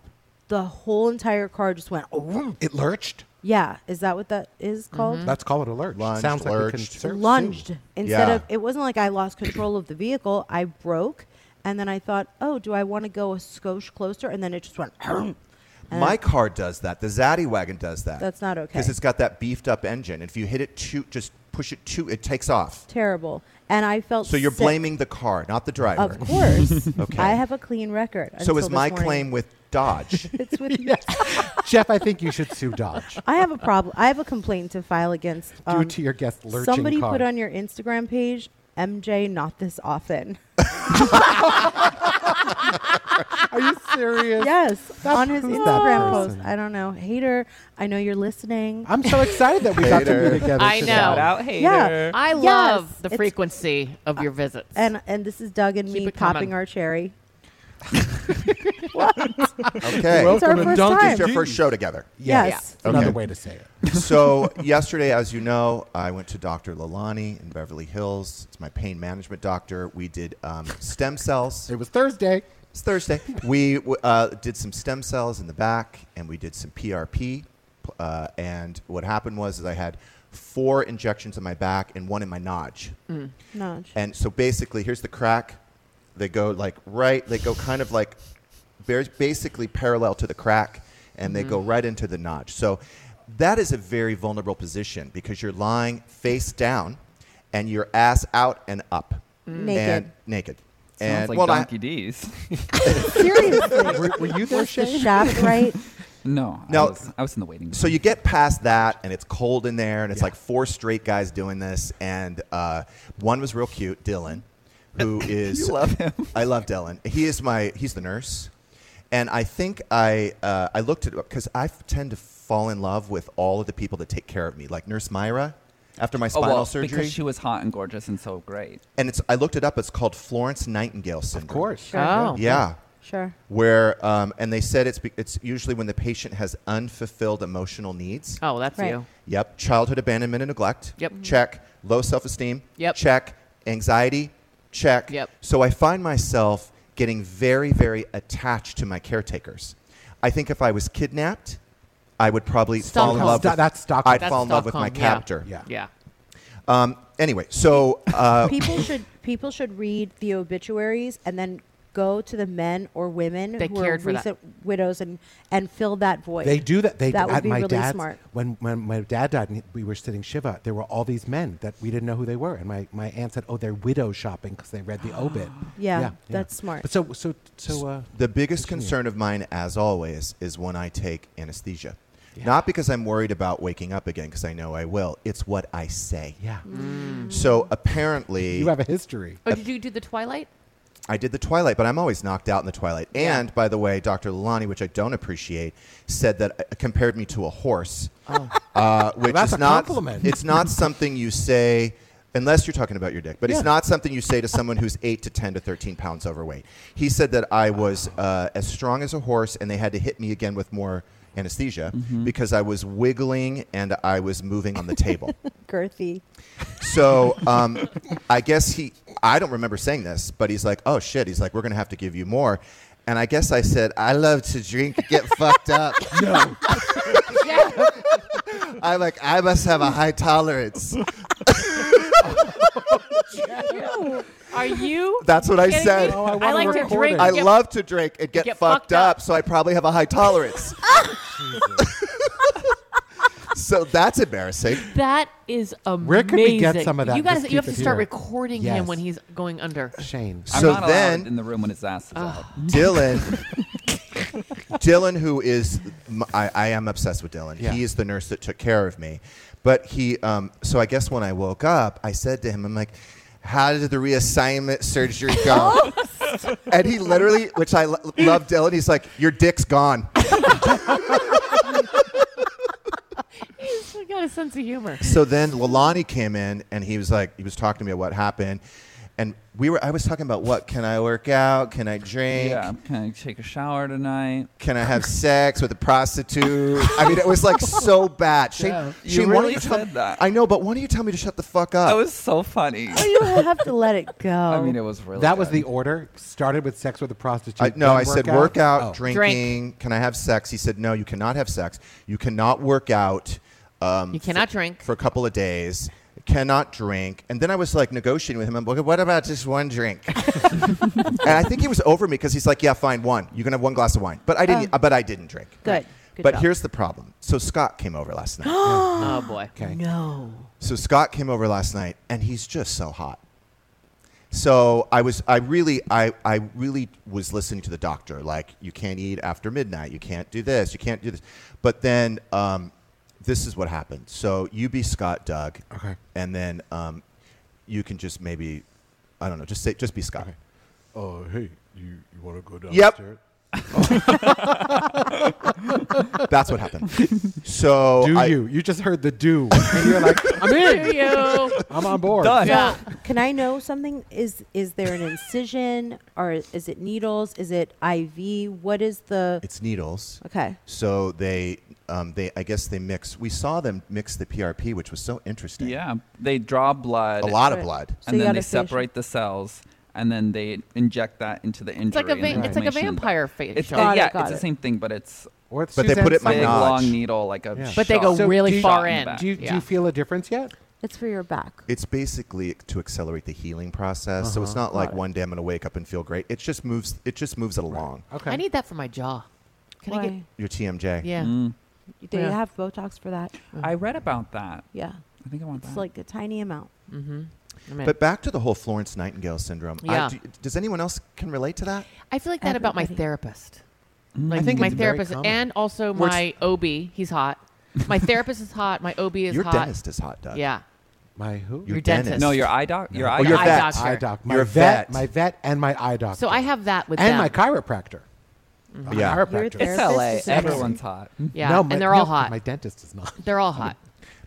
Speaker 5: the whole entire car just went. Oh,
Speaker 4: It lurched.
Speaker 5: yeah. Is that what that is called?
Speaker 4: Let's call it a lurch.
Speaker 2: Lunged,
Speaker 4: Sounds like we can
Speaker 2: lurched.
Speaker 4: ser-
Speaker 5: Mm-hmm.
Speaker 4: (laughs)
Speaker 5: lunged
Speaker 4: sue.
Speaker 5: instead of it wasn't like I lost control of the vehicle. I broke, and then I thought, oh, do I want to go a skosh closer? And then it just went. (clears throat) and
Speaker 2: My car does that. The Zaddy wagon does that.
Speaker 5: That's not okay.
Speaker 2: Because it's got that beefed up engine. If you hit it too, just push it too, it takes off.
Speaker 5: terrible. And I felt
Speaker 2: So you're
Speaker 5: sick.
Speaker 2: blaming the car, not the driver.
Speaker 5: Of course,
Speaker 2: (laughs) okay.
Speaker 5: I have a clean record.
Speaker 2: so
Speaker 5: until
Speaker 2: is
Speaker 5: this
Speaker 2: my
Speaker 5: morning.
Speaker 2: claim with
Speaker 5: (laughs)
Speaker 2: Dodge. (laughs)
Speaker 5: It's with
Speaker 4: Jeff, I think you should sue Dodge.
Speaker 5: I have a problem. I have a complaint to file against. um,
Speaker 4: Due to your guest lurching
Speaker 5: Somebody
Speaker 4: car.
Speaker 5: put on your Instagram page, MJ, not this
Speaker 4: (laughs)
Speaker 5: often.
Speaker 4: Are
Speaker 5: (laughs)
Speaker 4: you serious?
Speaker 5: Yes, on his
Speaker 4: who's that
Speaker 5: Instagram post.
Speaker 4: person?
Speaker 5: I don't know, hater. I know you're listening.
Speaker 4: I'm so excited that we got to be
Speaker 6: Hater.
Speaker 4: together.
Speaker 6: I know.
Speaker 4: today.
Speaker 6: Shout out,
Speaker 5: Yeah,
Speaker 6: I
Speaker 5: Yes,
Speaker 6: love the
Speaker 5: it's-
Speaker 6: frequency of your visits.
Speaker 5: And and this is Doug and me
Speaker 6: it
Speaker 5: popping
Speaker 6: coming.
Speaker 5: our cherry.
Speaker 2: Okay.
Speaker 5: It's our first time.
Speaker 2: It's your first show together.
Speaker 5: Yeah. Yes.
Speaker 4: Yeah. Another way to say
Speaker 2: it. (laughs) so yesterday, as you know, I went to Dr. Lalani in Beverly Hills. It's my pain management doctor. We did um, stem cells.
Speaker 4: It was
Speaker 5: (laughs)
Speaker 4: Thursday.
Speaker 2: It's Thursday. we w- uh, did some stem cells in the back, and we did some PRP. Uh, and what happened was, is I had four injections in my back and one in my nodge.
Speaker 5: Mm. Nudge.
Speaker 4: (laughs)
Speaker 2: And so basically, here's the crack. They go like right. They go kind of like bar- basically parallel to the crack, and they
Speaker 9: Mhm.
Speaker 2: go right into the notch. So that is a very vulnerable position because you're lying face down, and your ass out and up,
Speaker 7: Mm.
Speaker 5: Naked.
Speaker 2: and naked.
Speaker 7: Sounds
Speaker 2: and
Speaker 7: like
Speaker 2: well, I-
Speaker 7: Donkey D's. (laughs)
Speaker 5: Seriously.
Speaker 4: Were, were you there,
Speaker 5: Was the
Speaker 4: Shane? (laughs)
Speaker 5: shaft right?
Speaker 7: No,
Speaker 2: Now-
Speaker 7: I, was, I was in the waiting room.
Speaker 2: So you get past that, and it's cold in there, and it's like four straight guys doing this, and uh, one was real cute, Dylan, who is
Speaker 7: (laughs) You love him.
Speaker 2: (laughs) I love Dylan. He is my he's the nurse, and I think I uh, I looked at because I f- tend to fall in love with all of the people that take care of me, like Nurse Myra. After my
Speaker 7: oh,
Speaker 2: spinal
Speaker 7: well,
Speaker 2: surgery,
Speaker 7: because she was hot and gorgeous and so great.
Speaker 2: and it's I looked it up. It's called Florence Nightingale syndrome. Of course,
Speaker 7: Sure. Oh.
Speaker 2: yeah,
Speaker 5: Sure.
Speaker 2: Where um, and they said it's be- it's usually when the patient has unfulfilled emotional needs.
Speaker 6: Oh, that's
Speaker 5: Right.
Speaker 6: you.
Speaker 2: Yep. Childhood abandonment and neglect.
Speaker 6: Yep.
Speaker 4: Mm-hmm.
Speaker 6: Mhm.
Speaker 2: Check. Low self esteem.
Speaker 6: Yep.
Speaker 2: Check. Anxiety. Check.
Speaker 6: Yep.
Speaker 2: So I find myself getting very, very attached to my caretakers. I think if I was kidnapped, I would probably fall in
Speaker 4: Stockholm.
Speaker 2: love.
Speaker 4: Sto-
Speaker 2: With,
Speaker 4: that's Stockholm.
Speaker 2: I'd
Speaker 4: That's
Speaker 2: fall in love with my
Speaker 4: Stockholm, yeah.
Speaker 2: captor.
Speaker 4: Yeah.
Speaker 6: Yeah.
Speaker 2: Um, anyway, so
Speaker 4: (laughs)
Speaker 2: uh,
Speaker 5: people should people should read the obituaries and then go to the men or women
Speaker 6: They
Speaker 5: who are
Speaker 6: cared for that.
Speaker 5: recent widows and and fill that void.
Speaker 4: They do that. They
Speaker 5: that
Speaker 4: at
Speaker 5: would be
Speaker 4: my
Speaker 5: really
Speaker 4: dad's-
Speaker 5: smart.
Speaker 4: When when my dad died, and we were sitting shiva. There were all these men that we didn't know who they were, and my, my aunt said, "Oh, they're widow shopping because they read
Speaker 5: (gasps)
Speaker 4: the obit."
Speaker 5: Yeah, that's smart.
Speaker 4: But so so so. Uh,
Speaker 2: the biggest concern of mine, as always, is when I take anesthesia. Not because I'm worried about waking up again, because I know I will. It's what I say.
Speaker 4: Yeah.
Speaker 5: Mm.
Speaker 2: So apparently,
Speaker 4: Mm. you have a
Speaker 2: (laughs)
Speaker 4: history.
Speaker 6: Oh, did you do the Twilight?
Speaker 2: I did the Twilight, but I'm always knocked out in the Twilight.
Speaker 6: Yeah.
Speaker 2: And by the way, Dr. Lalani, which I don't appreciate, said that uh, compared me to a horse, uh, which
Speaker 4: that's a
Speaker 2: is not
Speaker 4: compliment.
Speaker 2: it's
Speaker 4: (laughs)
Speaker 2: not something you say unless you're talking about your dick, but
Speaker 4: Yeah.
Speaker 2: it's not something you say to someone who's eight to ten to thirteen pounds overweight. He said that I was uh, as strong as a horse, and they had to hit me again with more anesthesia
Speaker 4: Mm-hmm.
Speaker 2: because I was wiggling and I was moving on the
Speaker 4: (laughs)
Speaker 2: table.
Speaker 5: Girthy.
Speaker 2: So um, I guess he, I don't remember saying this, but he's like, oh shit. He's like, we're going to have to give you more. And I guess I said, I love to drink, get fucked up. No. I'm like, (laughs) I must have a high tolerance.
Speaker 6: (laughs) Are you?
Speaker 2: That's what I
Speaker 6: kidding
Speaker 2: said.
Speaker 4: Oh,
Speaker 6: me? I like to drink.
Speaker 2: I
Speaker 6: and get-
Speaker 2: love to drink and get,
Speaker 6: get
Speaker 2: fucked,
Speaker 6: fucked
Speaker 2: up, so I probably have a high tolerance.
Speaker 6: (laughs)
Speaker 2: so that's embarrassing.
Speaker 6: That is amazing.
Speaker 2: Where could we get some of that
Speaker 6: You
Speaker 2: and just
Speaker 6: guys, you have
Speaker 2: keep
Speaker 6: to
Speaker 2: it
Speaker 6: start
Speaker 2: here?
Speaker 6: recording
Speaker 2: Yes.
Speaker 6: him when he's going under.
Speaker 4: Shane.
Speaker 7: I'm
Speaker 2: So
Speaker 7: not allowed
Speaker 2: then- Ah.
Speaker 7: in the room when his ass is out.
Speaker 2: Dylan Dylan, who is, m- I, I am obsessed with Dylan.
Speaker 4: Yeah.
Speaker 2: He is the nurse that took care of me. But he, um, so I guess when I woke up, I said to him, I'm like, how did the reassignment surgery go? and he literally, which I lo- love Dylan, he's like, your dick's gone.
Speaker 6: He's got a sense of humor.
Speaker 2: So then Lalani came in and he was like, he was talking to me about what happened. And we were, I was talking about what can I work out? Can I drink?
Speaker 7: Yeah, can I take a shower tonight?
Speaker 2: Can I have sex with a prostitute? I mean, it was like so bad. Shane,
Speaker 7: Yeah. You
Speaker 2: Shane, why don't
Speaker 7: really
Speaker 2: you tell-
Speaker 7: said that.
Speaker 2: I know, but why don't you tell me to shut the fuck up?
Speaker 7: That was so funny.
Speaker 5: (laughs) you have to let it go.
Speaker 7: I mean, it was really.
Speaker 4: that was the order. Started with sex with a prostitute.
Speaker 2: I, no,
Speaker 4: then
Speaker 2: I said
Speaker 4: workout.
Speaker 2: workout,
Speaker 4: Oh.
Speaker 2: drinking. Can I have sex? He said, no, you cannot have sex. You cannot work out. Um,
Speaker 9: You cannot
Speaker 2: for,
Speaker 9: drink.
Speaker 2: for a couple of days. Cannot drink. And then I was like negotiating with him. I'm like, what about just one
Speaker 9: (laughs)
Speaker 2: drink? and I think he was over me because he's like, yeah, fine, one. You can have one glass of wine. But I didn't.
Speaker 9: Oh.
Speaker 2: but I didn't drink.
Speaker 9: Good. Good
Speaker 2: but
Speaker 9: job.
Speaker 2: here's the problem. So Scott came over
Speaker 9: (gasps)
Speaker 2: last night.
Speaker 9: oh boy.
Speaker 2: Okay.
Speaker 9: No.
Speaker 2: So Scott came over last night, and he's just so hot. So I was, I really, I, I really was listening to the doctor. Like, you can't eat after midnight. You can't do this. You can't do this. But then, um, this is what happened. So you be Scott, Doug. Okay. And then, um, you can just maybe, I don't know, just say, just be Scott.
Speaker 10: Oh, hey, you, you want to go
Speaker 2: Yep.
Speaker 10: downstairs?
Speaker 2: (laughs) That's what happened.
Speaker 7: Oh,
Speaker 2: So
Speaker 4: do
Speaker 2: I-
Speaker 4: you? You just heard the do, and you're
Speaker 9: (laughs)
Speaker 4: like, I'm in.
Speaker 5: Do you.
Speaker 4: I'm on board.
Speaker 5: Yeah. Can I know something? Is is there an incision or is it needles? Is it IV? What is the?
Speaker 2: It's needles.
Speaker 5: Okay.
Speaker 2: So they, um, they, I guess they mix. We saw them mix the PRP, which was so interesting.
Speaker 7: Yeah, they draw blood.
Speaker 2: A lot of Right. blood. So
Speaker 7: And
Speaker 2: you
Speaker 7: then
Speaker 2: got
Speaker 7: they
Speaker 2: a facial.
Speaker 7: separate the cells, and then they inject that into the injury.
Speaker 6: like a
Speaker 7: and the
Speaker 6: va- it's like a
Speaker 7: inflammation.
Speaker 6: vampire
Speaker 7: But
Speaker 6: facial.
Speaker 7: It's,
Speaker 6: Got it,
Speaker 7: yeah,
Speaker 6: got
Speaker 7: it's
Speaker 6: it.
Speaker 7: the same thing, but it's.
Speaker 4: Or it's
Speaker 7: but they
Speaker 4: Suzanne
Speaker 7: put it in my
Speaker 4: Sutton.
Speaker 7: big
Speaker 4: Notch.
Speaker 7: long needle, like a.
Speaker 4: Yeah.
Speaker 9: But they
Speaker 7: shot.
Speaker 9: go really
Speaker 4: do
Speaker 9: far
Speaker 4: you,
Speaker 9: in.
Speaker 4: Do you, do
Speaker 9: Yeah.
Speaker 4: you feel a difference yet?
Speaker 5: It's for your back.
Speaker 2: It's basically to accelerate the healing process. So it's
Speaker 4: Uh-huh.
Speaker 2: not like
Speaker 4: Got it.
Speaker 2: one day I'm going to wake up and feel great. It just moves. It just moves it along.
Speaker 9: I need that for my jaw. Can I get?
Speaker 2: Your TMJ.
Speaker 9: Yeah.
Speaker 5: They
Speaker 9: Yeah.
Speaker 5: have Botox for that.
Speaker 7: Mm. I read about that.
Speaker 5: Yeah.
Speaker 7: I think I want
Speaker 5: It's
Speaker 7: that.
Speaker 5: like a tiny amount.
Speaker 9: Mm-hmm.
Speaker 2: But back to the whole Florence Nightingale syndrome. I-
Speaker 9: Yeah.
Speaker 2: do- does anyone else can relate to that?
Speaker 9: I feel like that about my therapist. Like
Speaker 2: I think
Speaker 9: my
Speaker 2: it's very
Speaker 9: therapist
Speaker 2: common.
Speaker 9: and also
Speaker 2: We're
Speaker 9: my OB. He's hot. My therapist is hot. My OB is
Speaker 2: Your
Speaker 9: hot.
Speaker 2: dentist is hot, Doug.
Speaker 9: Yeah.
Speaker 4: My who?
Speaker 9: Your Your dentist. dentist.
Speaker 7: No, your eye doc. Your
Speaker 4: No.
Speaker 7: eye.
Speaker 4: Oh,
Speaker 7: doc-
Speaker 4: your vet.
Speaker 9: doctor.
Speaker 4: Eye doc. My
Speaker 7: Your
Speaker 4: vet.
Speaker 7: vet.
Speaker 4: My vet and my eye doctor.
Speaker 9: So I have that with
Speaker 4: and
Speaker 9: them.
Speaker 4: my chiropractor. My
Speaker 7: Yeah. Your
Speaker 4: chiropractor.
Speaker 7: It's therapist LA. is Everyone's hot.
Speaker 9: Yeah,
Speaker 4: No,
Speaker 9: and
Speaker 4: my-
Speaker 9: they're all
Speaker 4: no,
Speaker 9: hot.
Speaker 4: My dentist is not.
Speaker 9: They're all hot.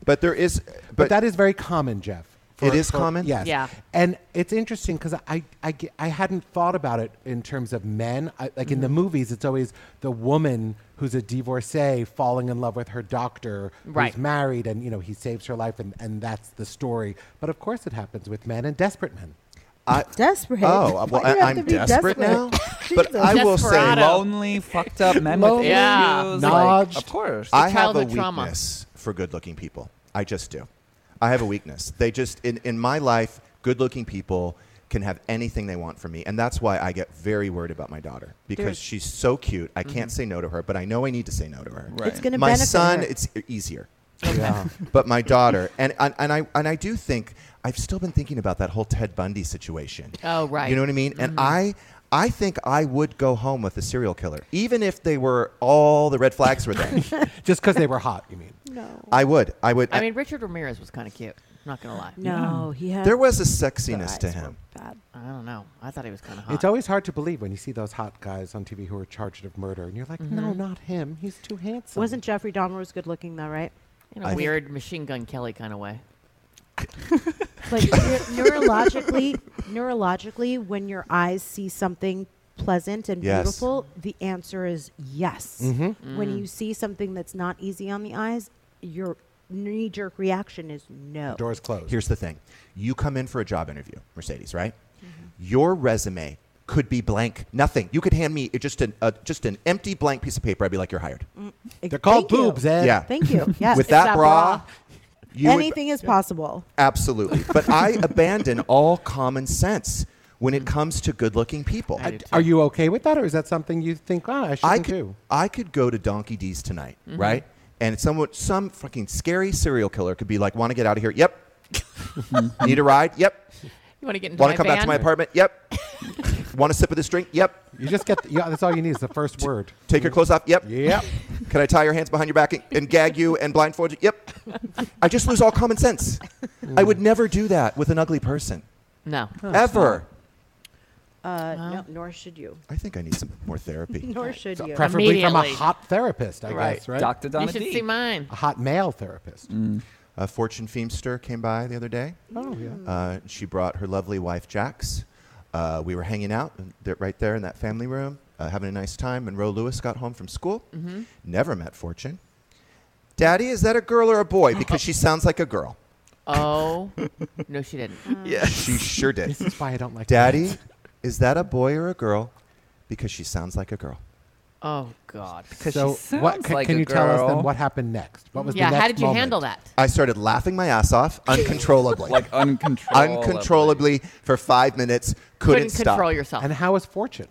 Speaker 2: But there is. But,
Speaker 4: that is very common, Jeff.
Speaker 2: It is common?
Speaker 4: Yes.
Speaker 9: Yeah.
Speaker 4: And it's interesting because I, I, ge- I hadn't thought about it in terms of men. I, like in the movies, it's always the woman who's a divorcee falling in love with her doctor
Speaker 9: Right.
Speaker 4: who's married and, you know, he saves her life and, and that's the story. But of course it happens with men and desperate men.
Speaker 2: I,
Speaker 5: desperate.
Speaker 2: Oh,
Speaker 5: (laughs)
Speaker 2: uh, well,
Speaker 4: Why do you
Speaker 2: I,
Speaker 4: have
Speaker 2: I'm
Speaker 4: to be
Speaker 2: desperate,
Speaker 4: desperate?
Speaker 2: now. but I will say,
Speaker 7: Desperado. Lonely, fucked up men with Lonely, issues, like, nudged. of course.
Speaker 2: I have a
Speaker 7: Childhood trauma.
Speaker 2: weakness for good-looking people. I just do. I have a weakness. They just in in my life, good-looking people can have anything they want from me, and that's why I get very worried about my daughter because
Speaker 4: There's-
Speaker 2: she's so cute. I can't say no to her, but I know I need to say no to her.
Speaker 4: Right. It's gonna
Speaker 2: my
Speaker 4: benefit
Speaker 2: son.
Speaker 4: her.
Speaker 2: It's e, easier. (laughs)
Speaker 4: Yeah.
Speaker 2: but my daughter and, and and I and I do think I've still been thinking about that whole Ted Bundy situation.
Speaker 9: Oh, right.
Speaker 2: You know what I mean?
Speaker 4: Mm-hmm.
Speaker 2: And I I think I would go home with a serial killer, even if they were all the red flags
Speaker 4: (laughs)
Speaker 2: were there.
Speaker 4: (laughs) Just because they were hot, you mean?
Speaker 9: No.
Speaker 2: I would. I would.
Speaker 9: I mean, Richard Ramirez was kind of cute. I'm not gonna lie.
Speaker 5: No, he had.
Speaker 2: there was a sexiness to him.
Speaker 9: I don't know. I thought he was kind of hot.
Speaker 4: It's always hard to believe when you see those hot guys on TV who are charged of murder and you're like, no,
Speaker 5: Mhm.
Speaker 4: not him. He's too handsome.
Speaker 5: Wasn't Jeffrey Dahmer was good looking though, right?
Speaker 9: In a weird machine gun Kelly kind of way.
Speaker 5: But
Speaker 2: (laughs)
Speaker 5: neu- neurologically, neurologically, when your eyes see something pleasant and
Speaker 2: Yes.
Speaker 5: beautiful, the answer is yes.
Speaker 2: Mhm.
Speaker 5: When
Speaker 2: Mm.
Speaker 5: you see something that's not easy on the eyes, your knee jerk reaction is no.
Speaker 4: Doors closed.
Speaker 2: Here's the thing: you come in for a job interview, Mercedes, right?
Speaker 9: Mm-hmm.
Speaker 2: Your resume could be blank, nothing. You could hand me just an uh, just an empty blank piece of paper. I'd be like, "You're hired."
Speaker 9: Mm-hmm.
Speaker 4: They're called
Speaker 5: Thank you.
Speaker 4: boobs, Ed.
Speaker 2: Yeah.
Speaker 5: Thank you.
Speaker 2: (laughs)
Speaker 5: Yes.
Speaker 2: eh? With that bra, you would-
Speaker 5: anything is possible.
Speaker 2: Absolutely. But I abandon all common sense when
Speaker 9: Mm.
Speaker 2: it comes to good looking people. I,
Speaker 4: Are you okay with that, or is that something you think, ah, I shouldn't
Speaker 2: could,
Speaker 4: do?
Speaker 2: I could go to Donkey D's tonight,
Speaker 9: Mm-hmm.
Speaker 4: Mhm.
Speaker 2: right? And someone, some fucking scary serial killer could be like, want to get out of here?
Speaker 9: (laughs)
Speaker 2: Yep. Need a ride? Yep.
Speaker 9: You want to get into
Speaker 2: Want
Speaker 9: my
Speaker 2: to come back to
Speaker 9: van?
Speaker 2: (laughs) my apartment? Yep. want a sip of this drink? Yep.
Speaker 4: You just get (laughs) yeah. That's all you need is the first word.
Speaker 2: Take your clothes off. Yep.
Speaker 4: Yep.
Speaker 2: Can I tie your hands behind your back and, and gag you and blindfold you? Yep. I just lose all
Speaker 9: (laughs)
Speaker 2: common sense. I would never do that with an ugly person.
Speaker 9: No.
Speaker 2: Ever.
Speaker 5: Uh, no, nor should you.
Speaker 2: I think I need some
Speaker 9: (laughs)
Speaker 2: more therapy.
Speaker 5: Nor should you.
Speaker 4: Preferably from a
Speaker 5: Immediately.
Speaker 4: hot therapist, I guess, right? Mm.
Speaker 2: Dr. Donna
Speaker 9: should D. see mine.
Speaker 4: A hot male therapist.
Speaker 2: A fortune feemster came by the other day.
Speaker 4: Oh, yeah.
Speaker 2: Uh, she brought her lovely wife, Jax. Uh, we were hanging out in th- right there in that family room, uh, having a nice time. Monroe Lewis got home from school.
Speaker 9: Mm-hmm.
Speaker 11: Mhm.
Speaker 2: Never met Fortune. Daddy, is that a girl or a boy? Because
Speaker 9: (laughs)
Speaker 2: she sounds like a girl.
Speaker 9: Oh, no, she didn't.
Speaker 2: Yes. She sure did.
Speaker 4: This is why I don't like (laughs)
Speaker 2: Daddy,
Speaker 4: dads.
Speaker 2: is that a boy or a girl? Because she sounds like a girl.
Speaker 9: Oh God.
Speaker 4: so what can, can you tell us then what happened next? What was
Speaker 9: Yeah,
Speaker 4: the next
Speaker 9: how did you
Speaker 4: moment?
Speaker 9: handle that?
Speaker 2: I started laughing my ass
Speaker 9: (laughs)
Speaker 2: off uncontrollably. like
Speaker 7: uncontrollably.
Speaker 2: Uncontrollably for five minutes. Couldn't,
Speaker 9: Couldn't
Speaker 2: stop.
Speaker 9: control yourself.
Speaker 4: And how was Fortune?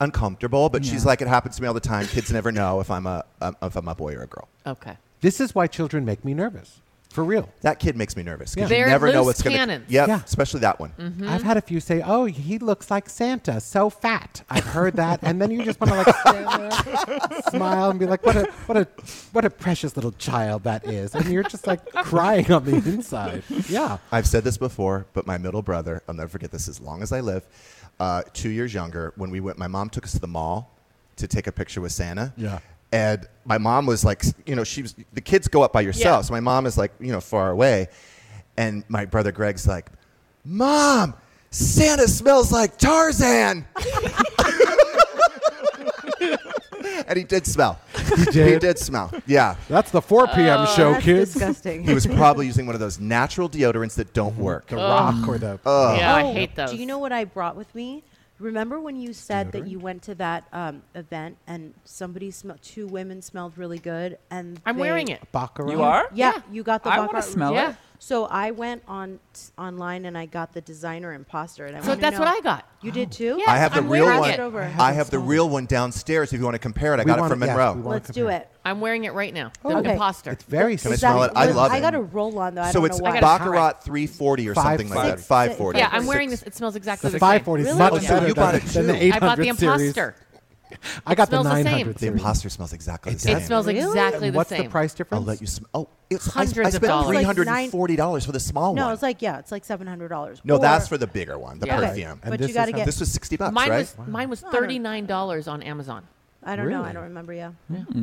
Speaker 2: Uncomfortable, but she's like, it happens to me all the time. Kids never know if I'm a um, if I'm a boy or a girl.
Speaker 9: Okay.
Speaker 4: This is why children make me nervous. For real.
Speaker 2: That kid makes me nervous. 'cause
Speaker 4: They're
Speaker 2: you never
Speaker 4: loose
Speaker 2: know
Speaker 4: Mm-hmm.
Speaker 2: what's going
Speaker 4: cannons.
Speaker 2: Yep,
Speaker 4: Yeah.
Speaker 2: especially that one.
Speaker 4: I've had a few say, "Oh, he looks like Santa, so fat." I've heard that, and then you just want to like stand there, smile, and be like, "What a what a what a precious little child that is," and you're just like crying on the inside. Yeah.
Speaker 2: I've said this before, but my middle brother, I'll never forget this as long as I live, uh, two years younger, when we went, my mom took us to the mall to take a picture with Santa.
Speaker 4: Yeah.
Speaker 2: And my mom was like, you know, she was, the kids go up by yourself.
Speaker 4: Yeah.
Speaker 2: So my mom is like, you know, far away. And my brother Greg's like, Mom, Santa smells
Speaker 4: (laughs)
Speaker 2: like Tarzan. (laughs) and he did smell. He
Speaker 4: did?
Speaker 2: He did smell. Yeah.
Speaker 4: That's the 4 p.m. Oh, show, that's kids.
Speaker 2: (laughs)
Speaker 4: disgusting.
Speaker 2: He was probably using one of those natural deodorants that don't work.
Speaker 4: The rock or the
Speaker 2: Ugh.
Speaker 5: Oh, Do you know what I brought with me? Remember when you said that you went to that um, event and somebody smelled, two women smelled really good, and
Speaker 9: I'm
Speaker 5: they-
Speaker 9: wearing it.
Speaker 4: Baccarat?
Speaker 9: You are?
Speaker 5: Yeah,
Speaker 9: Yeah.
Speaker 5: you got the
Speaker 9: I
Speaker 5: baccarat.
Speaker 9: wanna smell it. Yeah.
Speaker 5: So I went on t- online and I got the designer imposter, and I
Speaker 9: So
Speaker 5: wanna
Speaker 9: that's what
Speaker 5: know-
Speaker 9: I got.
Speaker 5: You did too.
Speaker 2: I have the real
Speaker 5: wearing
Speaker 2: one.
Speaker 5: it. Over.
Speaker 2: I have the real one downstairs. If you want to compare it, I
Speaker 4: We
Speaker 2: got it
Speaker 4: want
Speaker 2: from
Speaker 4: it, yes,
Speaker 2: Monroe.
Speaker 4: we want
Speaker 5: Let's do it.
Speaker 9: I'm wearing it right now. The
Speaker 5: Oh. Okay.
Speaker 9: imposter.
Speaker 5: It's
Speaker 2: very Can I smell it? I love
Speaker 5: I
Speaker 2: it.
Speaker 5: got a roll on though. I
Speaker 2: so
Speaker 5: don't
Speaker 2: it's
Speaker 5: know why.
Speaker 2: Baccarat 340 or
Speaker 4: Five-
Speaker 2: something like that.
Speaker 4: six-
Speaker 2: 540.
Speaker 9: Yeah, I'm wearing this. It smells exactly
Speaker 4: The
Speaker 9: the,
Speaker 4: 540
Speaker 9: same.
Speaker 4: is much better
Speaker 2: you
Speaker 4: than,
Speaker 2: bought it
Speaker 4: than the
Speaker 2: too.
Speaker 4: 800
Speaker 9: I bought the
Speaker 4: series.
Speaker 9: imposter.
Speaker 4: I got
Speaker 9: It
Speaker 4: the
Speaker 9: smells the same.
Speaker 4: 900
Speaker 9: The
Speaker 4: series.
Speaker 2: imposter smells exactly the
Speaker 9: same. smells Really? exactly the
Speaker 4: What's
Speaker 9: same.
Speaker 4: the price difference?
Speaker 2: I'll let you smell. Oh, it's I- I,
Speaker 5: Hundreds of
Speaker 2: spent
Speaker 5: dollars.
Speaker 2: three
Speaker 5: Like
Speaker 2: hundred
Speaker 5: nine-
Speaker 2: and forty dollars for the small
Speaker 5: No,
Speaker 2: one.
Speaker 5: it's like yeah, it's like seven hundred dollars.
Speaker 2: No, that's
Speaker 5: or-
Speaker 2: for the bigger one, the
Speaker 5: Yeah. Okay,
Speaker 2: perfume.
Speaker 5: but And you this gotta is how- get-
Speaker 2: this was sixty bucks,
Speaker 9: mine
Speaker 2: right?
Speaker 9: was mine was thirty nine dollars on Amazon.
Speaker 5: I don't know. I don't remember. Yeah.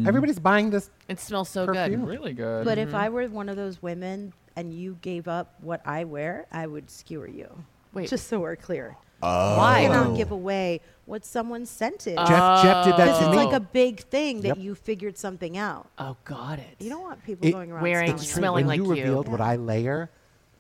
Speaker 4: Everybody's buying this.
Speaker 9: It smells so
Speaker 4: perfume.
Speaker 9: good.
Speaker 4: Really good.
Speaker 5: But
Speaker 2: Mm-hmm.
Speaker 5: if I were one of those women and you gave up what I wear, I would skewer you.
Speaker 9: Wait.
Speaker 5: Just so we're clear.
Speaker 2: Oh.
Speaker 5: I cannot give away what someone sent
Speaker 9: Oh.
Speaker 5: it.
Speaker 4: Jeff- Jeff did that
Speaker 5: Because
Speaker 4: to
Speaker 5: it's
Speaker 4: me.
Speaker 5: Uh, like a big thing that
Speaker 4: Yep.
Speaker 5: you figured something out.
Speaker 9: Oh, got it.
Speaker 5: You don't want people
Speaker 4: It-
Speaker 5: going around
Speaker 4: it's true.
Speaker 5: smelling,
Speaker 4: when
Speaker 5: like
Speaker 4: you revealed what I layer,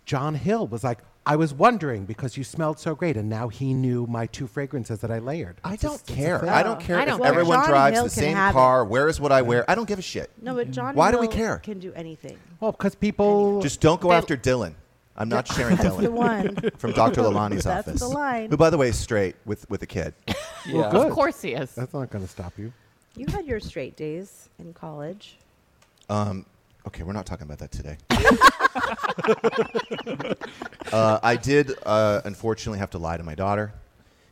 Speaker 4: John Hill was like, I was wondering because you smelled so great, and now he knew my two fragrances that I layered.
Speaker 2: I
Speaker 4: It's a-
Speaker 2: don't
Speaker 4: it's a
Speaker 2: care.
Speaker 4: thing.
Speaker 2: I don't care
Speaker 5: I
Speaker 2: if
Speaker 5: don't care.
Speaker 2: everyone
Speaker 5: John
Speaker 2: drives
Speaker 5: Hill
Speaker 2: the
Speaker 5: can
Speaker 2: same
Speaker 5: have it.
Speaker 2: car, wears what I wear. I don't give a shit.
Speaker 5: No, but John
Speaker 2: Why do we
Speaker 5: Hill
Speaker 2: care?
Speaker 5: can do anything.
Speaker 4: Well, because people
Speaker 2: Just don't go after Dylan. I'm not sharing
Speaker 5: That's
Speaker 2: Dylan (laughs)
Speaker 5: the one.
Speaker 2: from
Speaker 5: (laughs)
Speaker 2: Dr. Lalani's
Speaker 5: That's
Speaker 2: office.
Speaker 5: the line.
Speaker 2: Who, by the way, is straight with with a kid.
Speaker 4: Well, good.
Speaker 9: Of course he is.
Speaker 4: That's not going to stop you.
Speaker 5: You had your straight days in college.
Speaker 2: Um, okay, we're not talking about that
Speaker 5: (laughs)
Speaker 2: today. uh, I did, uh, unfortunately, have to lie to my daughter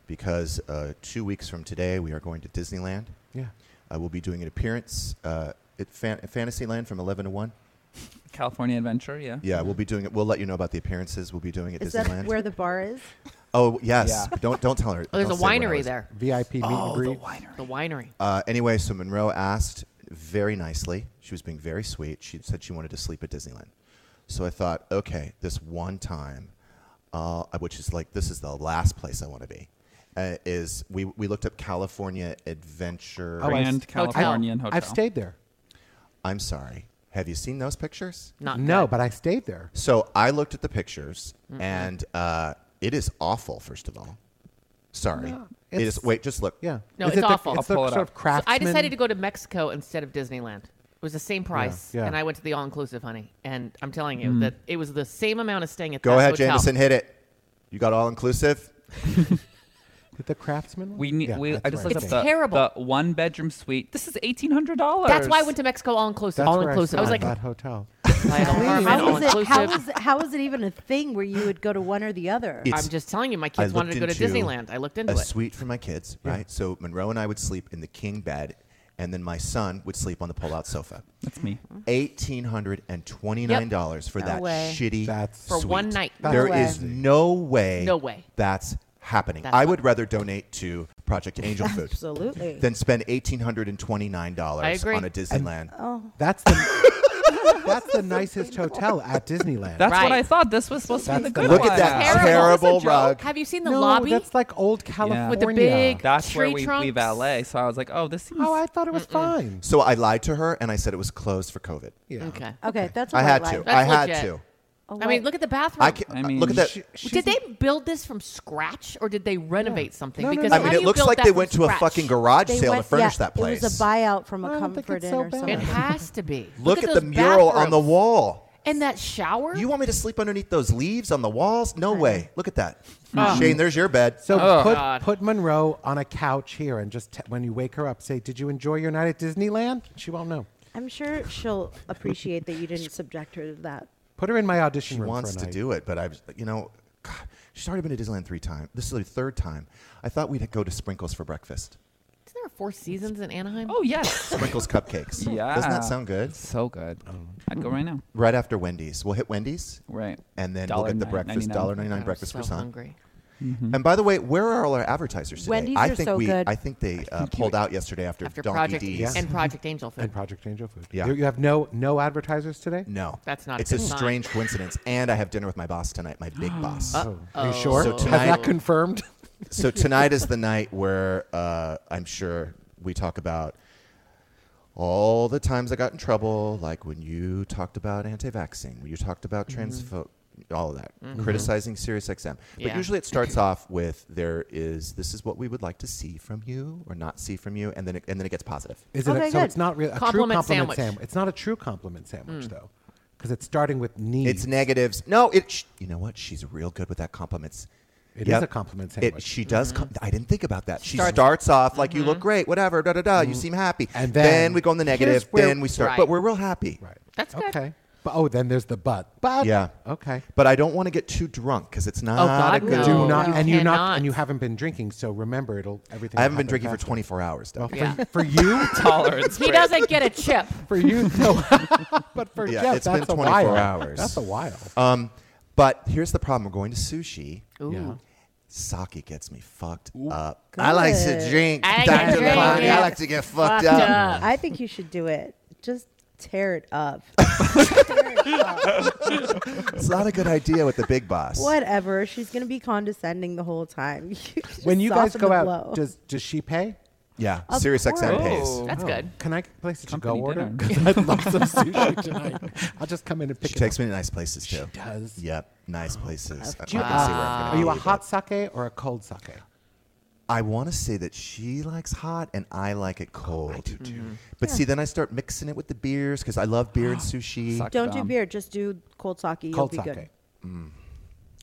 Speaker 2: because uh, two weeks from today we are going to Disneyland.
Speaker 4: Yeah.
Speaker 2: I will be doing an appearance uh, at Fan- Fantasyland from 11 to 1.
Speaker 7: California Adventure, yeah.
Speaker 2: Yeah, we'll be doing it. We'll let you know about the appearances we'll be doing at
Speaker 5: Is
Speaker 2: Disneyland.
Speaker 5: that where the bar is?
Speaker 2: oh, yes.
Speaker 5: Yeah.
Speaker 2: Don't, don't tell her.
Speaker 9: Oh, there's a
Speaker 2: don't say when I
Speaker 9: winery
Speaker 2: was-
Speaker 9: there.
Speaker 4: VIP meet and greet.
Speaker 9: Oh, The winery.
Speaker 2: Uh, anyway, so Monroe asked very nicely. She was being very sweet. She said she wanted to sleep at Disneyland. So I thought, okay, this one time, uh, which is like, this is the last place I want to be. Uh, is we, we looked up California Adventure
Speaker 7: Oh, I- Grand Californian Hotel.
Speaker 4: I've stayed there.
Speaker 2: I'm sorry. Have you seen those pictures?
Speaker 4: no, but I stayed there.
Speaker 2: So I looked at the pictures,
Speaker 4: Mm-mm.
Speaker 2: and uh, it is awful. First of all, sorry.
Speaker 4: No,
Speaker 2: it
Speaker 4: it's-
Speaker 2: is. Wait, just look.
Speaker 4: Yeah.
Speaker 9: No,
Speaker 4: Is
Speaker 9: it's
Speaker 4: it the-
Speaker 9: awful.
Speaker 4: it's I'll the pull it sort up. of
Speaker 9: So I decided
Speaker 4: craftsman-
Speaker 9: to go to Mexico instead of Disneyland. It was the same price,
Speaker 2: yeah.
Speaker 9: and I went to the all-inclusive, honey. And I'm telling you
Speaker 2: Mm.
Speaker 9: that it was the same amount of staying at
Speaker 2: Go
Speaker 9: that
Speaker 2: ahead,
Speaker 9: hotel.
Speaker 2: Jameson. Hit it. You got all inclusive.
Speaker 4: The craftsman.
Speaker 7: We need.
Speaker 2: Yeah,
Speaker 7: we, I
Speaker 2: that's
Speaker 7: just
Speaker 2: where I
Speaker 7: looked up
Speaker 2: stayed.
Speaker 7: the,
Speaker 2: It's
Speaker 9: terrible.
Speaker 7: the one bedroom suite. This is eighteen hundred dollars.
Speaker 9: That's why I went to Mexico all-inclusive.
Speaker 4: That's where I
Speaker 9: all-inclusive. I, was like,
Speaker 4: stayed at that hotel.
Speaker 9: title. Harmon,
Speaker 5: How
Speaker 9: all
Speaker 5: is, it, how,
Speaker 9: inclusive.
Speaker 5: is, how is it even a thing where you would go to one or the other?
Speaker 2: It's-
Speaker 9: I'm just telling you, my
Speaker 2: I
Speaker 9: kids wanted
Speaker 2: looked
Speaker 9: to go to
Speaker 2: into
Speaker 9: Disneyland. I looked into
Speaker 2: a
Speaker 9: it.
Speaker 2: suite for my kids,
Speaker 9: Yeah.
Speaker 2: right? So Monroe and I would sleep in the king bed, and then my son would sleep on the pull-out sofa. That's
Speaker 7: me.
Speaker 2: (laughs) Eighteen hundred and twenty-nine dollars for
Speaker 9: No
Speaker 2: that
Speaker 9: way.
Speaker 2: shitty
Speaker 9: That's- For one
Speaker 2: suite.
Speaker 9: night.
Speaker 2: There
Speaker 9: No
Speaker 2: is
Speaker 9: way.
Speaker 2: no way.
Speaker 9: No way.
Speaker 2: That's happening.
Speaker 9: That's
Speaker 2: I
Speaker 9: not-
Speaker 2: would rather donate to Project Angel Food.
Speaker 5: Absolutely.
Speaker 2: Than spend eighteen hundred and twenty-nine
Speaker 9: I
Speaker 2: dollars
Speaker 9: agree.
Speaker 2: on a Disneyland.
Speaker 5: Oh.
Speaker 4: That's the that's the nicest hotel at Disneyland.
Speaker 7: That's what I thought. This was supposed to be the good
Speaker 2: Look
Speaker 7: one.
Speaker 2: at that terrible rug.
Speaker 9: Have you seen the
Speaker 4: no,
Speaker 9: lobby?
Speaker 4: That's like old California.
Speaker 9: With the big
Speaker 7: That's where
Speaker 9: tree
Speaker 7: we,
Speaker 9: trunks.
Speaker 7: we valet. So I was like, oh, this seems.
Speaker 4: Oh, I thought it was fine.
Speaker 2: So I lied to her and I said it was closed for COVID.
Speaker 9: Okay.
Speaker 5: Okay, that's a
Speaker 2: I
Speaker 5: white
Speaker 2: had
Speaker 5: lie.
Speaker 2: to. I had to.
Speaker 9: I mean, look at the bathroom.
Speaker 2: I, can, mean, look at that.
Speaker 9: did they
Speaker 2: (laughs)
Speaker 9: build this from scratch or did they renovate something? because
Speaker 2: I
Speaker 9: how
Speaker 2: mean,
Speaker 9: do
Speaker 2: it
Speaker 9: you
Speaker 2: looks
Speaker 9: build
Speaker 2: like
Speaker 9: that
Speaker 2: they
Speaker 9: from
Speaker 2: went to a
Speaker 9: scratch?
Speaker 2: fucking garage
Speaker 5: They
Speaker 2: sale
Speaker 5: went-
Speaker 2: to furnish
Speaker 5: yeah,
Speaker 2: that place.
Speaker 5: It was a buyout from a Comfort Inn or
Speaker 9: It
Speaker 5: something.
Speaker 9: has to be.
Speaker 2: Look, at, the
Speaker 9: those
Speaker 2: mural on
Speaker 9: bathrooms.
Speaker 2: the wall.
Speaker 9: And that shower?
Speaker 2: You want me to sleep underneath those leaves on the walls? No way. Look at that.
Speaker 4: Oh.
Speaker 2: Shane, there's your bed.
Speaker 4: So
Speaker 7: Oh,
Speaker 4: put, put Monroe on a couch here and just t- when you wake her up, say, "Did you enjoy your night at Disneyland?" She won't know.
Speaker 5: I'm sure she'll appreciate that you didn't subject her to that.
Speaker 4: Put her in my audition
Speaker 2: she
Speaker 4: room.
Speaker 2: wants
Speaker 4: for a
Speaker 2: to
Speaker 4: night.
Speaker 2: do it, but I've, you know, God, she's already been to Disneyland three times. This is her third time. I thought we'd go to Sprinkles for breakfast.
Speaker 9: Isn't there a Four Seasons in Anaheim?
Speaker 2: (laughs)
Speaker 7: Oh, yes.
Speaker 2: Sprinkles cupcakes.
Speaker 7: Yeah.
Speaker 2: Doesn't that sound good?
Speaker 7: So good. I'd go right now.
Speaker 2: Right after Wendy's. We'll hit Wendy's.
Speaker 7: Right.
Speaker 2: And then
Speaker 7: Dollar
Speaker 2: we'll get the
Speaker 7: nine-
Speaker 2: breakfast,
Speaker 7: 99.
Speaker 2: dollar ninety nine
Speaker 7: I'm
Speaker 2: breakfast
Speaker 7: so
Speaker 2: croissant.
Speaker 7: hungry.
Speaker 2: And by the way, where are all our advertisers today?
Speaker 9: Wendy's
Speaker 2: I
Speaker 9: are
Speaker 2: think
Speaker 9: so
Speaker 2: we,
Speaker 9: good.
Speaker 2: I think they uh, pulled out yesterday after,
Speaker 9: After
Speaker 2: Donkey
Speaker 9: Project
Speaker 2: D's.
Speaker 9: and Project Angel Food.
Speaker 2: (laughs)
Speaker 4: And Project Angel Food.
Speaker 2: Yeah.
Speaker 4: You, you have no no advertisers today.
Speaker 2: No,
Speaker 9: That's not a
Speaker 2: It's a,
Speaker 9: good sign.
Speaker 2: strange coincidence, and I have dinner with my boss tonight, my
Speaker 9: (gasps)
Speaker 2: big boss.
Speaker 9: Uh.
Speaker 4: Oh. Are you sure?
Speaker 2: So
Speaker 4: Has
Speaker 2: tonight,
Speaker 4: that confirmed?
Speaker 2: so tonight is the night where uh, I'm sure we talk about all the times I got in trouble, like when you talked about anti-vaccine, when you talked about
Speaker 9: Mm-hmm.
Speaker 10: Mhm.
Speaker 2: transphobe, all of that,
Speaker 10: Mhm.
Speaker 2: criticizing SiriusXM. But
Speaker 10: Yeah.
Speaker 2: usually it starts off with there is this is what we would like to see from you or not see from you, and then it, and then it gets positive.
Speaker 4: Is it a, so? It's not really a
Speaker 2: Compliment
Speaker 4: true compliment
Speaker 2: sandwich.
Speaker 4: It's not a true compliment sandwich though, because it's starting with needs.
Speaker 2: It's negatives. No, it. Sh- you know what? She's real good with that compliments.
Speaker 4: It
Speaker 2: It
Speaker 4: is
Speaker 2: is
Speaker 4: a compliment
Speaker 2: It,
Speaker 4: sandwich. Mm-hmm.
Speaker 2: she does. Com- I didn't think about that. She
Speaker 4: Starts-
Speaker 2: starts, Mm-hmm. off like you look great, whatever, da da da. You seem happy, and
Speaker 4: Mm-hmm. then-
Speaker 2: then, we go on the
Speaker 4: Here's
Speaker 2: negative.
Speaker 4: where-
Speaker 2: then we start,
Speaker 4: Right.
Speaker 2: but we're real happy. Right.
Speaker 9: That's good.
Speaker 4: Okay. But oh, then there's the but. But
Speaker 2: Yeah.
Speaker 4: Okay.
Speaker 2: But I don't want to get too drunk because it's not a good.
Speaker 4: Do not,
Speaker 2: You
Speaker 4: and you not,
Speaker 2: cannot.
Speaker 4: and you haven't been drinking. So remember, it'll everything.
Speaker 2: I
Speaker 4: will
Speaker 2: haven't been
Speaker 4: happen
Speaker 2: drinking for
Speaker 4: faster.
Speaker 2: 24 hours, though.
Speaker 4: Well, for,
Speaker 2: Yeah.
Speaker 4: for you,
Speaker 7: (laughs) tolerance.
Speaker 9: He doesn't get a chip.
Speaker 4: For you, no. (laughs) but for
Speaker 2: yeah,
Speaker 4: Jeff,
Speaker 2: it's
Speaker 4: that's
Speaker 2: been 24
Speaker 4: a while.
Speaker 2: hours.
Speaker 4: That's a while.
Speaker 2: Um, but here's the problem: we're going to sushi.
Speaker 4: Ooh. Yeah.
Speaker 2: Sake gets me fucked up. I like to drink.
Speaker 5: I like to
Speaker 2: Dr.
Speaker 5: drink
Speaker 2: Lonnie.
Speaker 5: it.
Speaker 2: I like to get fucked, up.
Speaker 5: Um, I think you should do it. Just tear it
Speaker 2: (laughs)
Speaker 5: up.
Speaker 2: it's not a good idea with the big boss.
Speaker 5: Whatever. She's gonna be condescending the whole time. (laughs) Just
Speaker 4: When you guys
Speaker 5: soften
Speaker 4: go
Speaker 5: the
Speaker 4: out,
Speaker 5: blow.
Speaker 4: does does she pay?
Speaker 2: Yeah, Of SiriusXM course. pays.
Speaker 9: That's good.
Speaker 4: Can I place a to-go
Speaker 2: Company
Speaker 4: order?
Speaker 2: dinner.
Speaker 4: 'Cause I'd love some sushi tonight. I'll just come in and pick
Speaker 2: She
Speaker 4: it
Speaker 2: takes
Speaker 4: up.
Speaker 2: me to nice places too. She
Speaker 4: does.
Speaker 2: Yep, nice places. I'm
Speaker 4: Do you-
Speaker 2: not gonna say where I'm gonna
Speaker 4: are you a
Speaker 2: be,
Speaker 4: hot sake or a cold sake?
Speaker 2: but I want to say that she likes hot and I like it cold. I do too. But see, then I start mixing it with the beers because I love beer and sushi.
Speaker 5: Don't do beer. Just do cold sake.
Speaker 2: Cold
Speaker 5: You'll be good.
Speaker 2: sake. Mm,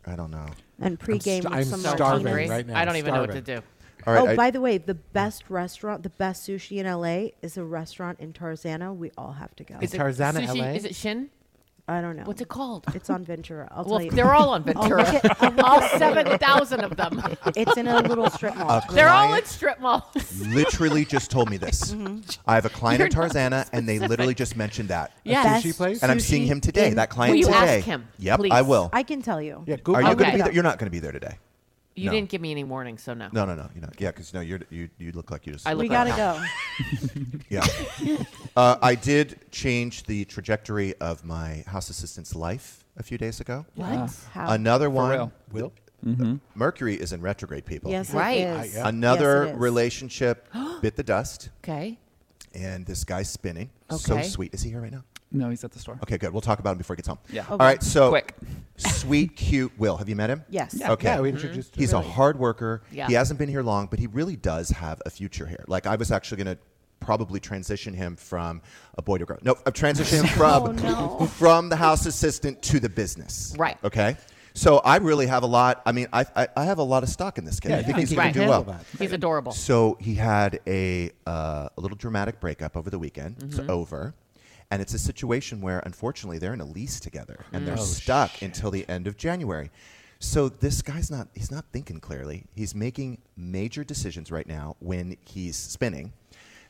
Speaker 2: I don't know.
Speaker 5: And pregame
Speaker 4: st-
Speaker 5: with
Speaker 4: I'm
Speaker 5: some
Speaker 4: starving
Speaker 5: martinis.
Speaker 4: right now. I don't even know what to Starving. do. All
Speaker 5: oh,
Speaker 4: right, I-
Speaker 5: by the way, the best restaurant, the best sushi in LA is a restaurant in Tarzana. We all have to go.
Speaker 9: Is it Tarzana, sushi- LA? is it Shin?
Speaker 5: I don't know.
Speaker 9: What's it called?
Speaker 5: It's on Ventura. I'll
Speaker 9: Well,
Speaker 5: tell you.
Speaker 9: they're all on
Speaker 5: (laughs) I'll
Speaker 9: Ventura.
Speaker 5: look at- I'll look
Speaker 9: (laughs) All
Speaker 5: at-
Speaker 9: 7,000 of them. (laughs)
Speaker 5: It's in a little strip mall.
Speaker 2: A
Speaker 9: They're all in
Speaker 2: client-
Speaker 9: strip malls.
Speaker 2: literally just told me this.
Speaker 9: Mhm.
Speaker 2: I have a client in
Speaker 9: You're not
Speaker 2: Tarzana, and they
Speaker 9: specific.
Speaker 2: literally just mentioned that.
Speaker 9: A Yes. sushi place?
Speaker 2: And I'm seeing
Speaker 9: Sushi
Speaker 2: him today.
Speaker 9: in-
Speaker 2: That client
Speaker 9: Will you ask
Speaker 2: today.
Speaker 9: him,
Speaker 2: Yep, I
Speaker 9: please?
Speaker 2: will.
Speaker 5: I can tell you.
Speaker 4: Yeah,
Speaker 2: Are you going to
Speaker 9: Okay.
Speaker 2: be there? You're not going to be there today.
Speaker 9: You
Speaker 2: No.
Speaker 9: didn't give me any warning, so no.
Speaker 2: No, no, no. You know, yeah, because no, you're, you you look like you just.
Speaker 9: I look
Speaker 5: We
Speaker 9: like-
Speaker 5: gotta go.
Speaker 2: Yeah. uh, I did change the trajectory of my house assistant's life a few days ago.
Speaker 5: What? Yeah. How?
Speaker 2: Another
Speaker 5: For
Speaker 2: one. Mm-hmm.
Speaker 5: real.
Speaker 4: Will?
Speaker 2: Mercury is in retrograde, people.
Speaker 5: Yes, it Right. is. I- yeah.
Speaker 2: Another
Speaker 5: Yes, it is.
Speaker 2: relationship bit the dust,
Speaker 9: Okay.
Speaker 2: and this guy's spinning. So
Speaker 9: Okay.
Speaker 2: sweet. Is he here right now?
Speaker 7: No, he's at the store.
Speaker 2: Okay, good. We'll talk about him before he gets home.
Speaker 7: Yeah.
Speaker 2: All
Speaker 7: Okay.
Speaker 2: right. So
Speaker 7: Quick.
Speaker 2: Sweet, cute Will. Have you met him?
Speaker 7: Yes. Yeah.
Speaker 2: Okay.
Speaker 7: Yeah, we introduced him.
Speaker 2: He's a
Speaker 7: Really.
Speaker 2: hard worker.
Speaker 7: Yeah.
Speaker 2: He hasn't been here long, but he really does have a future here. Like I was actually going to probably transition him from a boy to a girl. No, I've transitioned him from (laughs) from the house assistant to the business.
Speaker 9: Right.
Speaker 2: Okay. So I really have a lot. I mean, I I, I have a lot of stock in this kid.
Speaker 4: Yeah,
Speaker 2: I think
Speaker 4: yeah.
Speaker 2: he's
Speaker 4: He
Speaker 2: going
Speaker 4: can
Speaker 2: to do
Speaker 4: handle
Speaker 2: well.
Speaker 4: that.
Speaker 9: He's adorable.
Speaker 11: Mm-hmm.
Speaker 2: So he had a, uh, a little dramatic breakup over the weekend. It's
Speaker 9: Mhm.
Speaker 2: over. And it's a situation where, unfortunately, they're in a lease together and they're
Speaker 11: Mm. Oh,
Speaker 2: stuck until the end of January. So this guy's not he's not thinking clearly. He's making major decisions right now when he's spinning.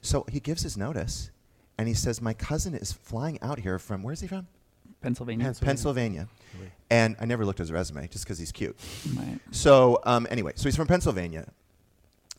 Speaker 2: So he gives his notice and he says, My cousin is flying out here from where's he from?
Speaker 7: Pennsylvania.
Speaker 2: Pennsylvania.
Speaker 7: Pennsylvania.
Speaker 2: And I never looked at his resume just because he's cute. So um, anyway, so he's from Pennsylvania.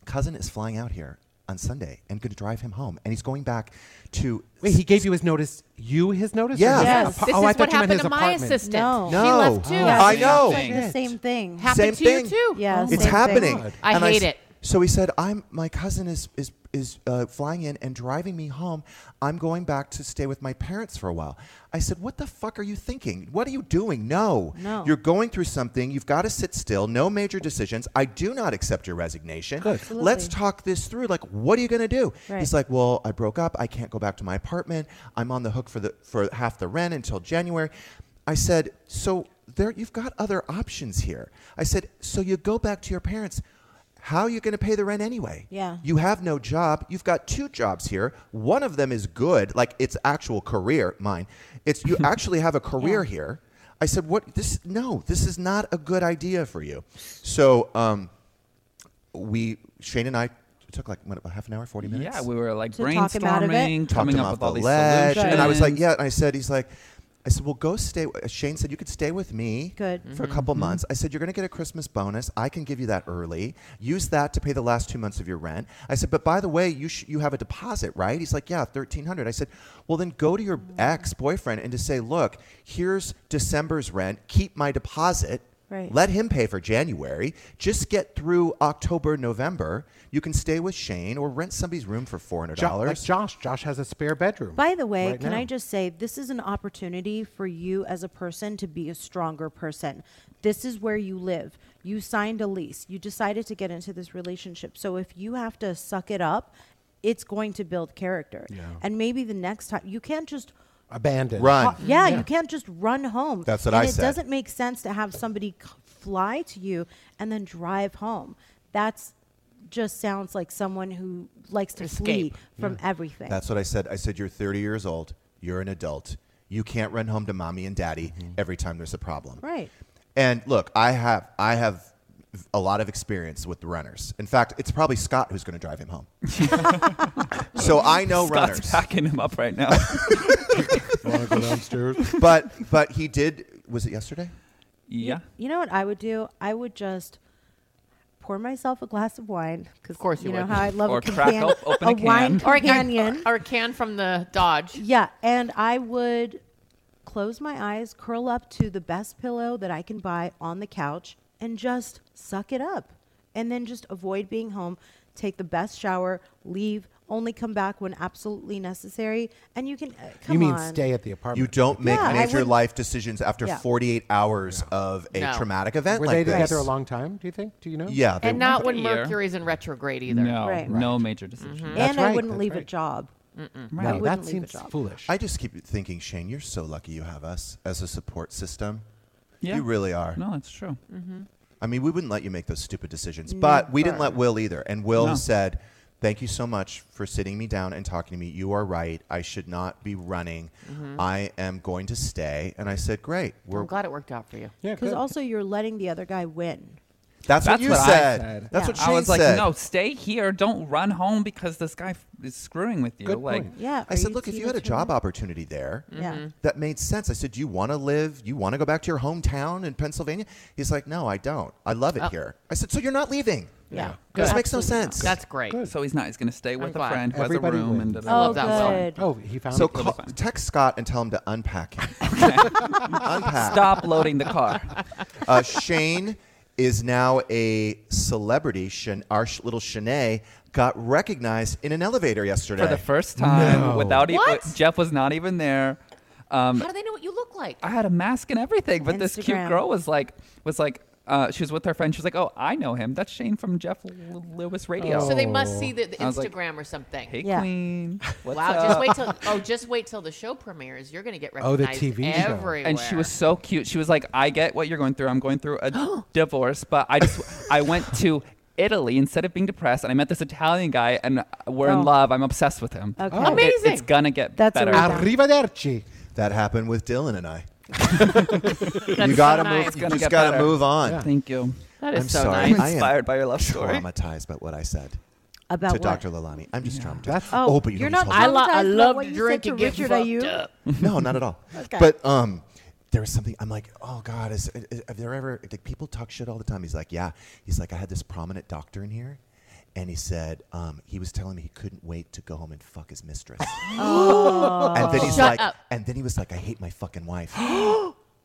Speaker 2: Cousin is flying out here on Sunday and going to drive him home, and he's going back to.
Speaker 4: Wait, he gave you his notice. You his notice? or
Speaker 2: Yeah.
Speaker 4: his
Speaker 2: Yes.
Speaker 4: apa-
Speaker 2: This
Speaker 4: oh, I
Speaker 2: is
Speaker 4: thought you meant
Speaker 2: what happened
Speaker 4: his
Speaker 2: to my
Speaker 4: apartment.
Speaker 2: assistant.
Speaker 5: No.
Speaker 2: No. She left too.
Speaker 5: Yeah,
Speaker 2: I
Speaker 4: Oh,
Speaker 5: she
Speaker 2: know.
Speaker 5: said The same thing.
Speaker 2: Same thing.
Speaker 5: Yeah.
Speaker 2: it's
Speaker 5: same
Speaker 2: happening.
Speaker 5: Thing.
Speaker 2: And s- So he said, "I'm my cousin is is is uh, flying in and driving me home. I'm going back to stay with my parents for a while." I said, "What the fuck are you thinking? What are you doing? No,
Speaker 11: No.
Speaker 2: You're going through something. You've got to sit still. No major decisions. I do not accept your resignation. Let's talk this through. Like, what are you going to do?"
Speaker 11: Right.
Speaker 2: He's like, "Well, I broke up. I can't go back to my apartment. I'm on the hook for the for half the rent until January." I said, "So there, you've got other options here." I said, "So you go back to your parents." How are you going to pay the rent anyway?
Speaker 5: Yeah.
Speaker 2: You have no job. You've got two jobs here. One of them is good, like it's actual career, mine. It's you actually have a career here. I said, "What this no, this is not a good idea for you." So, um we Shane and I took like what, about half an hour, 40 minutes.
Speaker 7: Yeah, we were like
Speaker 2: To
Speaker 5: talk him out of it?
Speaker 7: brainstorming,
Speaker 2: Talked
Speaker 7: coming
Speaker 2: him
Speaker 7: up
Speaker 2: off
Speaker 7: with all
Speaker 2: the
Speaker 7: these
Speaker 2: ledge.
Speaker 7: solutions.
Speaker 2: And I was like, yeah. And I said, he's like, I said, well, go stay. w- Shane said, you could stay with me
Speaker 5: Good.
Speaker 2: for
Speaker 7: Mm-hmm.
Speaker 2: a couple months. I said, you're going to get a Christmas bonus. I can give you that early. Use that to pay the last two months of your rent. I said, but by the way, you sh- you have a deposit, right? He's like, yeah, 1300 I said, well, then go to
Speaker 5: Mm.
Speaker 2: your ex boyfriend and just say, look, here's December's rent. Keep my deposit.
Speaker 5: Right.
Speaker 2: Let him pay for January. Just get through October, November. You can stay with Shane or rent somebody's room for four hundred
Speaker 4: Jo-
Speaker 2: dollars.
Speaker 4: like Josh. Josh has a spare bedroom.
Speaker 5: By the way,
Speaker 4: right
Speaker 5: can
Speaker 4: now.
Speaker 5: I just say this is an opportunity for you as a person to be a stronger person. This is where you live. You signed a lease. You decided to get into this relationship. So if you have to suck it up, it's going to build character.
Speaker 4: Yeah.
Speaker 5: And maybe the next time you can't just
Speaker 4: abandon?
Speaker 2: Run.
Speaker 5: yeah, you can't just run home.
Speaker 2: That's what
Speaker 5: and
Speaker 2: I
Speaker 5: it
Speaker 2: said.
Speaker 5: doesn't make sense to have somebody c- fly to you and then drive home. That's just sounds like someone who likes to
Speaker 9: Escape.
Speaker 5: flee from everything.
Speaker 2: That's what I said. I said, You're 30 years old. You're an adult. You can't run home to mommy and daddy every time there's a problem.
Speaker 5: Mm-hmm. right.
Speaker 2: And look, I have, I have a lot of experience with runners. In fact, it's probably Scott who's going to drive him
Speaker 5: (laughs)
Speaker 2: home. so I know
Speaker 7: Scott's
Speaker 2: runners.
Speaker 7: packing him up right now.
Speaker 2: Want to go downstairs? But but he did. Was it yesterday?
Speaker 7: yeah.
Speaker 5: You know what I would do? I would just pour myself a glass of wine. Cause of course,
Speaker 9: you
Speaker 5: know
Speaker 9: would.
Speaker 5: how I love
Speaker 7: Or
Speaker 5: a,
Speaker 7: crack
Speaker 5: companion,
Speaker 7: op- open a can.
Speaker 5: wine
Speaker 9: Or a can-
Speaker 5: companion,
Speaker 9: or a can from the Dodge.
Speaker 2: (laughs)
Speaker 5: Yeah, and I would close my eyes, curl up to the best pillow that I can buy on the couch, and just suck it up, and then just avoid being home. Take the best shower, leave, only come back when absolutely necessary, and you can uh, come
Speaker 4: you mean
Speaker 5: on.
Speaker 4: stay at the apartment?
Speaker 2: You don't make
Speaker 5: Yeah, I
Speaker 2: major
Speaker 5: wouldn't-
Speaker 2: life decisions after
Speaker 5: Yeah.
Speaker 2: 48 hours of a
Speaker 9: No.
Speaker 2: traumatic event
Speaker 4: Were
Speaker 2: like
Speaker 4: they
Speaker 2: this.
Speaker 4: together a long time? Do you think? Do you know?
Speaker 2: Yeah,
Speaker 9: and not when
Speaker 7: year.
Speaker 9: Mercury's in retrograde either. Mm-hmm.
Speaker 7: No, no major decisions.
Speaker 5: and I wouldn't leave a job.
Speaker 4: Mm.
Speaker 9: Right.
Speaker 5: I wouldn't leave a job.
Speaker 4: foolish.
Speaker 2: I just keep thinking, Shane, you're so lucky you have us as a support system.
Speaker 7: Yeah.
Speaker 2: You really are.
Speaker 7: No, it's true.
Speaker 9: Mhm.
Speaker 2: I mean, we wouldn't let you make those stupid decisions, but we didn't
Speaker 7: Never.
Speaker 2: let Will either. And Will
Speaker 7: No.
Speaker 2: said, Thank you so much for sitting me down and talking to me. You are right. I should not be running.
Speaker 7: Mm-hmm.
Speaker 9: Mhm.
Speaker 2: I am going to stay. And I said, Great. We're,
Speaker 9: I'm glad it worked out for you.
Speaker 4: Yeah,
Speaker 5: Because also you're letting the other guy win.
Speaker 2: that's, what you
Speaker 7: I
Speaker 2: said. That's what
Speaker 7: I
Speaker 2: Shane
Speaker 7: was
Speaker 2: said.
Speaker 7: like, no, stay here. Don't run home because this guy f- is screwing with you.
Speaker 2: Good
Speaker 7: like,
Speaker 2: point. I said, look, if you had a job opportunity there,
Speaker 7: Yeah. Mhm.
Speaker 2: that made sense. I said, do you want to live? You want to go back to your hometown in Pennsylvania? He's like, no, I don't. I love it
Speaker 7: Oh.
Speaker 2: here. I said, so you're not leaving.
Speaker 7: Yeah.
Speaker 2: This makes no sense.
Speaker 9: great.
Speaker 7: So he's not. He's going to stay with
Speaker 9: I'm glad.
Speaker 7: a friend who
Speaker 2: Everybody
Speaker 7: has a room.
Speaker 2: wins.
Speaker 7: And
Speaker 2: Oh,
Speaker 7: that
Speaker 5: good. Oh,
Speaker 4: he found
Speaker 2: so
Speaker 7: it.
Speaker 2: call, text Scott and tell him to unpack him. unpack.
Speaker 7: Stop loading
Speaker 9: (laughs)
Speaker 7: the car.
Speaker 2: Uh, Shane is now a celebrity. Shan- our sh- little Shanae got recognized in an elevator yesterday.
Speaker 7: For the first time, without even
Speaker 9: What?
Speaker 7: Jeff was not even there. Um,
Speaker 9: How do they know what you look like?
Speaker 7: I had a mask and everything, but this cute
Speaker 9: Instagram.
Speaker 7: girl was like, was like, uh, she was with her friend. She was like, "Oh, I know him. That's Shane from Jeff L- Lewis Radio."
Speaker 9: So they must see the, the
Speaker 7: I was like,
Speaker 9: Instagram or something.
Speaker 7: "Hey, queen. What's
Speaker 9: wow,
Speaker 7: up?"
Speaker 9: just wait till oh, just wait till the show premieres. You're gonna get
Speaker 4: Oh,
Speaker 9: recognized everywhere.
Speaker 7: And she was so cute. She was like, I get what you're going through. I'm going through a divorce, but I just I went to Italy instead of being depressed, and I met this Italian guy, and we're in
Speaker 4: Oh.
Speaker 7: love. I'm obsessed with him.
Speaker 4: Okay.
Speaker 7: It-
Speaker 4: Amazing.
Speaker 7: it's gonna get
Speaker 4: That's a
Speaker 7: better.
Speaker 4: rebound.
Speaker 2: Arrivederci. That happened with Dylan and I.
Speaker 7: (laughs) That's
Speaker 2: you gotta
Speaker 7: so
Speaker 2: move.
Speaker 7: nice. It's
Speaker 2: You
Speaker 7: gonna
Speaker 2: just
Speaker 7: get
Speaker 2: gotta
Speaker 7: better.
Speaker 2: move on.
Speaker 7: Yeah. Thank you. That is
Speaker 2: I'm
Speaker 7: so
Speaker 2: sorry.
Speaker 7: nice.
Speaker 2: I am
Speaker 7: Inspired by your love story.
Speaker 2: Traumatized by what I said.
Speaker 5: About
Speaker 2: to
Speaker 5: what?
Speaker 2: Dr. Lalani. I'm just traumatized.
Speaker 5: Oh,
Speaker 2: but you
Speaker 5: you're
Speaker 2: know
Speaker 5: not
Speaker 2: this whole-
Speaker 6: I
Speaker 5: traumatized by
Speaker 6: love
Speaker 5: what
Speaker 6: to
Speaker 5: you said
Speaker 6: drink
Speaker 5: to
Speaker 6: and get
Speaker 5: Richard,
Speaker 6: fucked
Speaker 5: are you?
Speaker 6: up.
Speaker 2: (laughs) no, not at all.
Speaker 5: Okay.
Speaker 2: But um, there was something. I'm like, oh god, is, is have there ever like people talk shit all the time? He's like, yeah. He's like, I had this prominent doctor in here, and he said um, he was telling me he couldn't wait to go home and fuck his mistress.
Speaker 6: (laughs) Oh.
Speaker 2: And then he's
Speaker 6: Shut
Speaker 2: like,
Speaker 6: up.
Speaker 2: and then he was like, I hate my fucking
Speaker 6: (gasps)
Speaker 2: wife.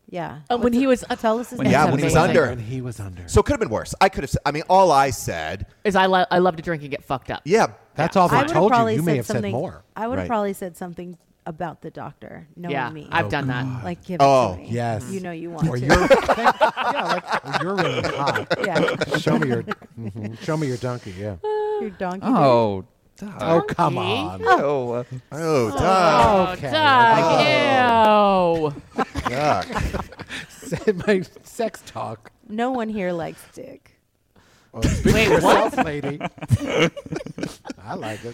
Speaker 5: Yeah.
Speaker 6: Uh, when he was tell us his
Speaker 2: When- yeah, when he was under.
Speaker 4: When he was under.
Speaker 2: So it could have been worse. I could have. s- I mean, all I said.
Speaker 6: is I, lo- I love to drink and get fucked up.
Speaker 2: Yeah,
Speaker 4: That's all they
Speaker 5: I would have
Speaker 4: told you.
Speaker 5: probably
Speaker 4: You
Speaker 5: said
Speaker 4: may have said
Speaker 5: something-
Speaker 4: more.
Speaker 5: I would have
Speaker 2: Right.
Speaker 5: probably said something about the doctor, knowing
Speaker 6: Yeah,
Speaker 5: me.
Speaker 6: I've Oh, done that. God.
Speaker 5: Like, give
Speaker 4: Oh,
Speaker 5: it to me.
Speaker 4: yes.
Speaker 5: You know you want
Speaker 4: Or
Speaker 5: to.
Speaker 4: you're- (laughs) yeah, like, you're really hot.
Speaker 5: (laughs) Yeah.
Speaker 4: Show me your, mhm. show me your donkey. Yeah.
Speaker 5: (laughs) Your (laughs) donkey.
Speaker 7: Oh,
Speaker 4: Doug. Oh, come on.
Speaker 7: Donkey? Oh,
Speaker 2: oh,
Speaker 6: Doug.
Speaker 4: Okay. Oh, (laughs)
Speaker 6: Doug, ew.
Speaker 4: Said my sex talk.
Speaker 5: No one here likes dick.
Speaker 6: (laughs)
Speaker 4: speak
Speaker 6: Wait,
Speaker 4: for yourself,
Speaker 6: what?
Speaker 4: lady. (laughs) I like it.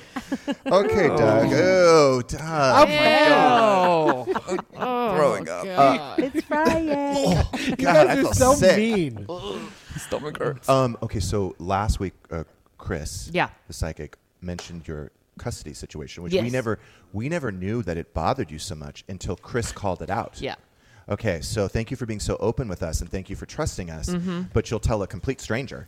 Speaker 2: Okay, Doug. Oh, Doug.
Speaker 4: Oh, my God.
Speaker 2: Ew.
Speaker 4: Oh,
Speaker 2: Throwing up.
Speaker 4: God.
Speaker 5: It's Friday.
Speaker 2: Oh,
Speaker 4: (laughs)
Speaker 2: God,
Speaker 4: guys
Speaker 2: I
Speaker 4: are
Speaker 2: felt
Speaker 4: so
Speaker 2: sick.
Speaker 4: mean.
Speaker 7: Stomach hurts.
Speaker 2: Um, okay, so last week, uh, Chris,
Speaker 6: Yeah.
Speaker 2: the psychic, mentioned your custody situation, which we
Speaker 6: Yes.
Speaker 2: never we never knew that it bothered you so much until Chris called it out.
Speaker 6: Yeah.
Speaker 2: Okay, so thank you for being so open with us, and thank you for trusting us.
Speaker 6: Mhm.
Speaker 2: But you'll tell a complete stranger.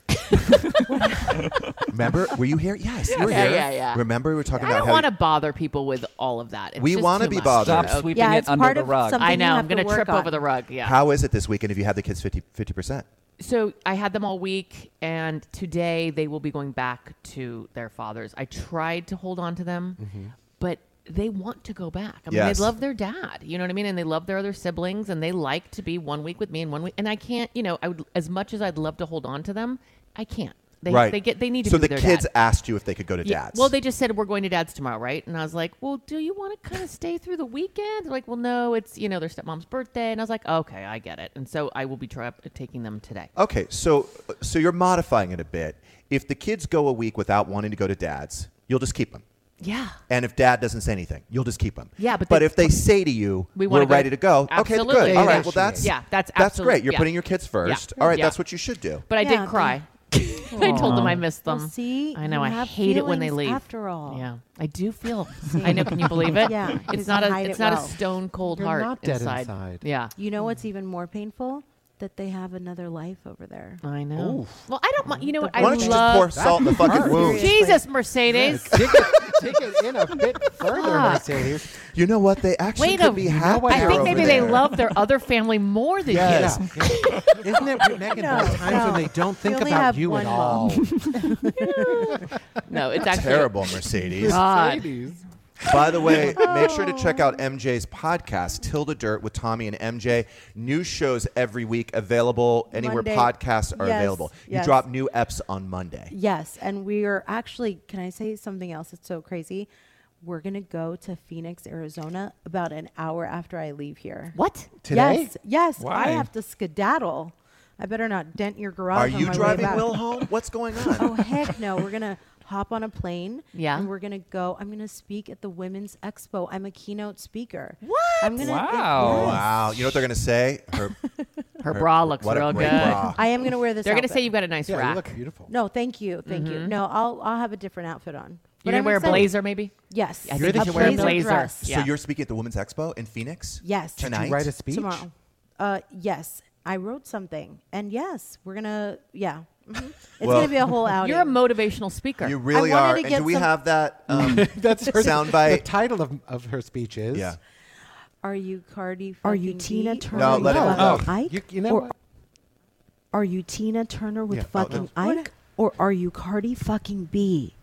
Speaker 6: (laughs)
Speaker 2: Remember? Were you here? Yes, you were
Speaker 6: yeah,
Speaker 2: here.
Speaker 6: yeah, yeah.
Speaker 2: Remember, we were talking
Speaker 6: I
Speaker 2: about
Speaker 6: don't
Speaker 2: how
Speaker 6: want to bother people with all of that. It's
Speaker 2: We
Speaker 6: just
Speaker 2: wanna
Speaker 6: too
Speaker 2: be
Speaker 6: much.
Speaker 2: bothered. Stop
Speaker 6: Okay.
Speaker 2: sweeping Yeah, it it's under part the of rug. something
Speaker 6: I
Speaker 2: you
Speaker 6: know. I'm
Speaker 2: have to
Speaker 6: going to
Speaker 2: work
Speaker 6: trip
Speaker 2: on.
Speaker 6: over the rug. Yeah.
Speaker 2: How is it this weekend? Have you had the kids 50 percent?
Speaker 6: So I had them all week, and today they will be going back to their fathers. I tried to hold on to them,
Speaker 2: Mm-hmm.
Speaker 6: but they want to go back. I mean,
Speaker 11: Yes.
Speaker 6: they love their dad. You know what I mean? And they love their other siblings, and they like to be one week with me and one week. And I can't. You know, I would as much as I'd love to hold on to them, I can't. They,
Speaker 2: right.
Speaker 6: They get. They need to.
Speaker 2: So
Speaker 6: be
Speaker 2: the
Speaker 6: with their
Speaker 2: kids
Speaker 6: dad.
Speaker 2: asked you if they could go to
Speaker 6: Yeah,
Speaker 2: dad's.
Speaker 6: Well, they just said we're going to dad's tomorrow, right? And I was like, well, do you want to kind of stay through the weekend? They're like, well, no, it's you know their stepmom's birthday, and I was like, okay, I get it. And so I will be tra- taking them today.
Speaker 2: Okay, so so you're modifying it a bit. If the kids go a week without wanting to go to dad's, you'll just keep them.
Speaker 6: Yeah.
Speaker 2: And if dad doesn't say anything, you'll just keep them.
Speaker 6: Yeah, but
Speaker 2: but
Speaker 6: they-
Speaker 2: if they say to you, we
Speaker 6: We wanna
Speaker 2: are
Speaker 6: go-
Speaker 2: ready to go.
Speaker 6: Absolutely.
Speaker 2: Okay, good. All
Speaker 6: Yeah.
Speaker 2: right, well that's
Speaker 6: Yeah, that's absolute-
Speaker 2: great. You're
Speaker 6: yeah.
Speaker 2: putting your kids first.
Speaker 6: Yeah.
Speaker 2: All right,
Speaker 6: Yeah.
Speaker 2: that's what you should do.
Speaker 6: But I
Speaker 5: Yeah,
Speaker 6: did cry. (laughs) I told them I missed them.
Speaker 5: Well, see,
Speaker 6: I know.
Speaker 5: you
Speaker 6: I
Speaker 5: have
Speaker 6: hate it when they
Speaker 5: feelings
Speaker 6: leave.
Speaker 5: after all.
Speaker 6: yeah, I do feel. I know. Can you believe it?
Speaker 5: Yeah,
Speaker 6: it's
Speaker 5: because
Speaker 6: not
Speaker 5: you
Speaker 6: a.
Speaker 5: hide
Speaker 6: It's
Speaker 5: it
Speaker 6: not
Speaker 5: well.
Speaker 6: a stone cold heart inside. Yeah.
Speaker 5: You know what's even more painful? That they have another life over there.
Speaker 6: I know. Well, I don't mind. You know what?
Speaker 5: Why
Speaker 6: I
Speaker 5: don't you just
Speaker 6: love
Speaker 5: pour salt in the fucking wound?
Speaker 6: Jesus, Mercedes.
Speaker 4: Take it in a bit further,
Speaker 6: (laughs) Fuck. (laughs)
Speaker 4: Mercedes.
Speaker 2: You know what? They actually
Speaker 6: Wait a
Speaker 2: could be happy.
Speaker 6: I think
Speaker 2: over
Speaker 6: maybe they
Speaker 2: there.
Speaker 9: (laughs)
Speaker 6: love their other family more than
Speaker 2: Yes.
Speaker 6: you.
Speaker 4: Isn't it
Speaker 6: (laughs)
Speaker 4: weird, Megan?
Speaker 6: No,
Speaker 4: those times
Speaker 6: no.
Speaker 4: when they don't
Speaker 6: We
Speaker 4: think
Speaker 6: only
Speaker 4: about
Speaker 6: have
Speaker 4: you
Speaker 6: one
Speaker 4: at all.
Speaker 6: mom.
Speaker 4: (laughs)
Speaker 6: No, it's actually
Speaker 2: terrible, Mercedes.
Speaker 6: (laughs) God.
Speaker 2: By the way, make sure to check
Speaker 6: (laughs)
Speaker 2: out MJ's podcast, Tilda Dirt with Tommy and MJ. New shows every week available anywhere
Speaker 5: Monday.
Speaker 2: podcasts are
Speaker 5: Yes,
Speaker 2: available. You
Speaker 5: yes.
Speaker 2: drop new eps on Monday.
Speaker 5: Yes, and we are actually. Can I say something else? It's so crazy. We're gonna go to Phoenix, Arizona, about an hour after I leave here.
Speaker 6: What
Speaker 4: Today?
Speaker 5: Yes, yes.
Speaker 4: Why?
Speaker 5: I have to skedaddle. I better not dent your garage.
Speaker 2: Are
Speaker 5: on
Speaker 2: you
Speaker 5: my way
Speaker 2: driving
Speaker 5: back.
Speaker 2: Will home? What's
Speaker 6: (laughs)
Speaker 2: going on?
Speaker 5: Oh heck no! We're gonna (laughs) hop on a plane.
Speaker 6: Yeah.
Speaker 5: And we're gonna go. I'm gonna speak at the Women's Expo. I'm a keynote speaker. What? I'm gonna.
Speaker 2: Wow. Oh, Wow. You know what they're going to say? Her,
Speaker 6: Her bra looks
Speaker 2: what a
Speaker 6: real
Speaker 2: great
Speaker 6: good.
Speaker 2: bra.
Speaker 5: I am gonna wear this.
Speaker 6: They're gonna
Speaker 5: outfit.
Speaker 6: say you've got a nice Yeah, you rack. look
Speaker 4: beautiful.
Speaker 5: No, thank you, thank you.
Speaker 6: Mhm.
Speaker 5: No, I'll I'll have a different outfit on.
Speaker 6: You're
Speaker 5: But
Speaker 6: gonna
Speaker 5: I'm
Speaker 6: wear a
Speaker 5: excited.
Speaker 6: blazer, maybe?
Speaker 5: Yes.
Speaker 6: I think you should wear a blazer.
Speaker 5: dress.
Speaker 2: So
Speaker 6: Yeah.
Speaker 2: you're speaking at the Women's Expo in Phoenix?
Speaker 5: Yes.
Speaker 2: Tonight?
Speaker 5: tomorrow? Uh, yes, I wrote something, and yes, we're gonna. Yeah, Mhm. it's
Speaker 2: Well-
Speaker 5: gonna be a whole
Speaker 6: (laughs)
Speaker 5: outing.
Speaker 6: You're a motivational speaker.
Speaker 2: You really
Speaker 5: I wanted
Speaker 2: are.
Speaker 5: to
Speaker 2: And
Speaker 5: get
Speaker 2: do we
Speaker 5: some-
Speaker 2: have that um,
Speaker 4: (laughs) That's her, The
Speaker 2: soundbite?
Speaker 4: title of, of her speech is.
Speaker 2: Yeah.
Speaker 5: Are you Cardi?
Speaker 6: Are you
Speaker 5: fucking
Speaker 6: Tina
Speaker 5: Ike?
Speaker 6: Turner No, let with it go.
Speaker 5: fucking
Speaker 6: No.
Speaker 5: Ike?
Speaker 6: You- you know
Speaker 5: or
Speaker 6: what?
Speaker 5: are you Tina Turner with
Speaker 2: Yeah. Oh,
Speaker 5: fucking
Speaker 2: no.
Speaker 5: Ike, or are you Cardi fucking B?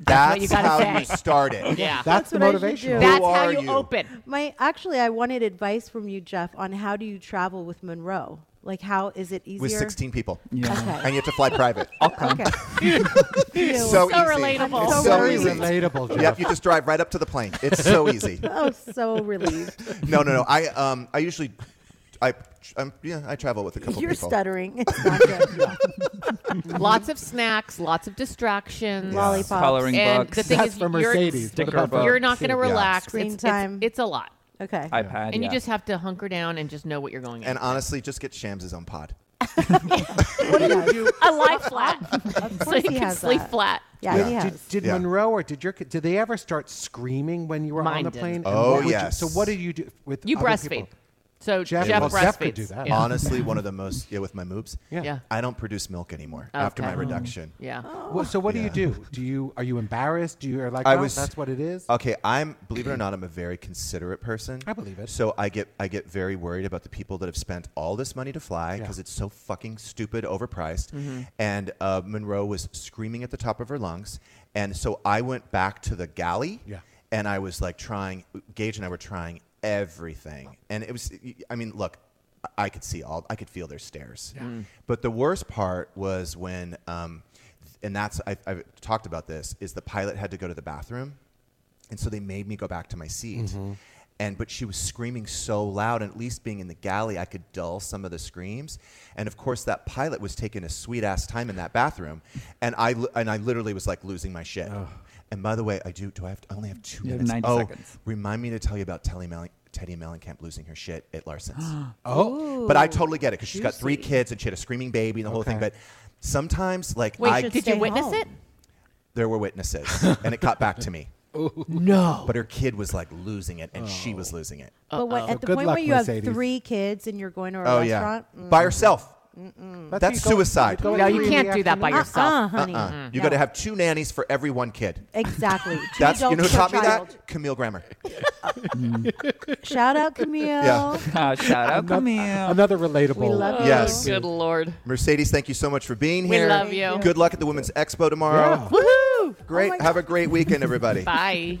Speaker 2: That's,
Speaker 5: gotta
Speaker 2: how
Speaker 5: say.
Speaker 2: you start it.
Speaker 5: Yeah.
Speaker 4: That's, the
Speaker 5: what I should
Speaker 4: motivation.
Speaker 5: do. That's
Speaker 2: Who
Speaker 5: how
Speaker 2: are
Speaker 5: you
Speaker 2: you?
Speaker 6: open.
Speaker 5: My actually, I wanted advice from you, Jeff, on how do you travel with Monroe? Like, how is it easier?
Speaker 2: With
Speaker 5: (laughs)
Speaker 2: 16 people.
Speaker 5: Yeah. Okay.
Speaker 2: And you have to fly
Speaker 5: (laughs)
Speaker 2: private.
Speaker 5: Okay.
Speaker 2: so, easy.
Speaker 5: relatable.
Speaker 2: So,
Speaker 5: So
Speaker 2: easy.
Speaker 4: relatable,
Speaker 2: Yep,
Speaker 4: Jeff.
Speaker 2: you just drive right
Speaker 5: (laughs)
Speaker 2: up to the plane. It's so easy.
Speaker 5: oh, so relieved.
Speaker 2: No, no, no. I um I usually I, I'm, yeah, I travel with a couple
Speaker 5: You're
Speaker 2: people.
Speaker 5: (laughs) stuttering. It's not good.
Speaker 6: lots of snacks, lots of distractions,
Speaker 5: Yeah. Lollipops. Coloring
Speaker 6: and
Speaker 5: books.
Speaker 6: The thing
Speaker 5: That's
Speaker 6: is,
Speaker 5: for
Speaker 6: you're,
Speaker 5: Mercedes. What
Speaker 7: Sticker about for
Speaker 6: you're not going to
Speaker 7: Mercedes? Yeah.
Speaker 6: relax.
Speaker 5: Screen
Speaker 6: it's, it's-
Speaker 5: time.
Speaker 6: It's, a lot.
Speaker 5: Okay.
Speaker 7: iPad.
Speaker 6: And
Speaker 7: yeah.
Speaker 6: you
Speaker 7: (laughs)
Speaker 6: just have to hunker down and just know what you're going.
Speaker 2: And honestly, just get Shams' own pod.
Speaker 6: what do you do? I
Speaker 5: (laughs)
Speaker 6: lie flat, so
Speaker 5: course
Speaker 6: you
Speaker 5: he
Speaker 6: can
Speaker 5: has
Speaker 6: sleep
Speaker 5: that.
Speaker 6: flat.
Speaker 5: Yeah, he
Speaker 4: Did,
Speaker 5: has.
Speaker 4: did
Speaker 2: Yeah.
Speaker 4: Monroe or did your ki- did they ever start screaming when you were on
Speaker 6: Mine
Speaker 4: the
Speaker 6: did.
Speaker 4: plane? And
Speaker 2: Oh,
Speaker 4: what would you-
Speaker 2: yes.
Speaker 4: so what do you do with
Speaker 6: You
Speaker 4: other
Speaker 6: breastfeed.
Speaker 4: people?
Speaker 6: So
Speaker 4: Jeff-
Speaker 6: Jeff,
Speaker 4: Yeah, well,
Speaker 6: breastfeeds.
Speaker 4: Jeff could do that. Yeah.
Speaker 2: Honestly, one of
Speaker 4: (laughs)
Speaker 2: the most yeah with my moobs.
Speaker 4: Yeah. Mm.
Speaker 6: Yeah.
Speaker 2: I don't produce milk anymore after my
Speaker 6: Okay.
Speaker 2: reduction.
Speaker 6: Yeah.
Speaker 4: Well, so what do you do? Do you are you embarrassed? Do you are like
Speaker 2: I
Speaker 4: "Oh,
Speaker 2: was-
Speaker 4: that's what it
Speaker 2: (laughs)
Speaker 4: is?
Speaker 2: Okay, I'm believe it or not, I'm a very considerate person.
Speaker 4: I believe it.
Speaker 2: So I get I get very worried about the people that have spent all this money to fly because it's so fucking stupid, overpriced.
Speaker 4: Mm-hmm.
Speaker 2: And uh, Monroe was screaming at the top of her lungs, and so I went back to the galley.
Speaker 4: Yeah.
Speaker 2: And I was like trying. Gage and I were trying everything, and it was. I mean, look. I- I could see all. I could feel their stares. But the worst part was when, um, and that's I've, I've talked about this. Is the pilot had to go to the bathroom, and so they made me go back to my seat. And but she was screaming so loud, and at least being in the galley, I could dull some of the screams. And of course, that pilot was taking a sweet ass time in that bathroom, and I li- and I literally was like losing my shit. And by the way, I do. Do I have? I only have two
Speaker 7: You have
Speaker 2: minutes.
Speaker 7: 90
Speaker 2: oh,
Speaker 7: seconds.
Speaker 2: remind me to tell you about Telly Melling. Teddy Mellencamp losing her shit at
Speaker 7: (gasps)
Speaker 2: Larson's.
Speaker 4: Oh.
Speaker 2: but I totally get it because she's got three kids and she had a screaming baby and the whole thing.
Speaker 4: Okay.
Speaker 2: But sometimes, like,
Speaker 6: Wait,
Speaker 2: I,
Speaker 6: did you witness it?
Speaker 2: there were witnesses, and it caught back to me.
Speaker 8: No.
Speaker 2: But her kid was like losing it, and she was losing it.
Speaker 5: But what, at the
Speaker 4: Good
Speaker 5: point
Speaker 4: luck,
Speaker 5: where you have
Speaker 4: Mercedes.
Speaker 5: three kids and you're going to a
Speaker 2: oh
Speaker 5: restaurant,
Speaker 2: yeah,
Speaker 5: mm,
Speaker 2: by herself.
Speaker 4: That's,
Speaker 2: That's
Speaker 4: what you go-
Speaker 2: suicide.
Speaker 4: go at
Speaker 6: No,
Speaker 4: three
Speaker 6: you
Speaker 4: in the
Speaker 6: can't do that by
Speaker 4: afternoon?
Speaker 6: yourself.
Speaker 5: Uh, honey.
Speaker 2: Uh-uh. You got to have two nannies for every one kid. (laughs)
Speaker 5: Exactly. Two
Speaker 2: That's you know who
Speaker 5: adults per
Speaker 2: taught me
Speaker 5: child.
Speaker 2: that? Camille Grammer.
Speaker 5: Shout out Camille.
Speaker 2: Yeah.
Speaker 7: Ah, shout out
Speaker 6: (laughs)
Speaker 7: Camille.
Speaker 4: Another relatable.
Speaker 5: We love you.
Speaker 2: Yes.
Speaker 6: Good lord.
Speaker 2: Mercedes, thank you so much for being
Speaker 6: We
Speaker 2: here.
Speaker 6: love you.
Speaker 2: Good luck at the Women's Expo tomorrow.
Speaker 6: Woohoo!
Speaker 2: Great. have a great weekend, everybody.
Speaker 6: (laughs) Bye.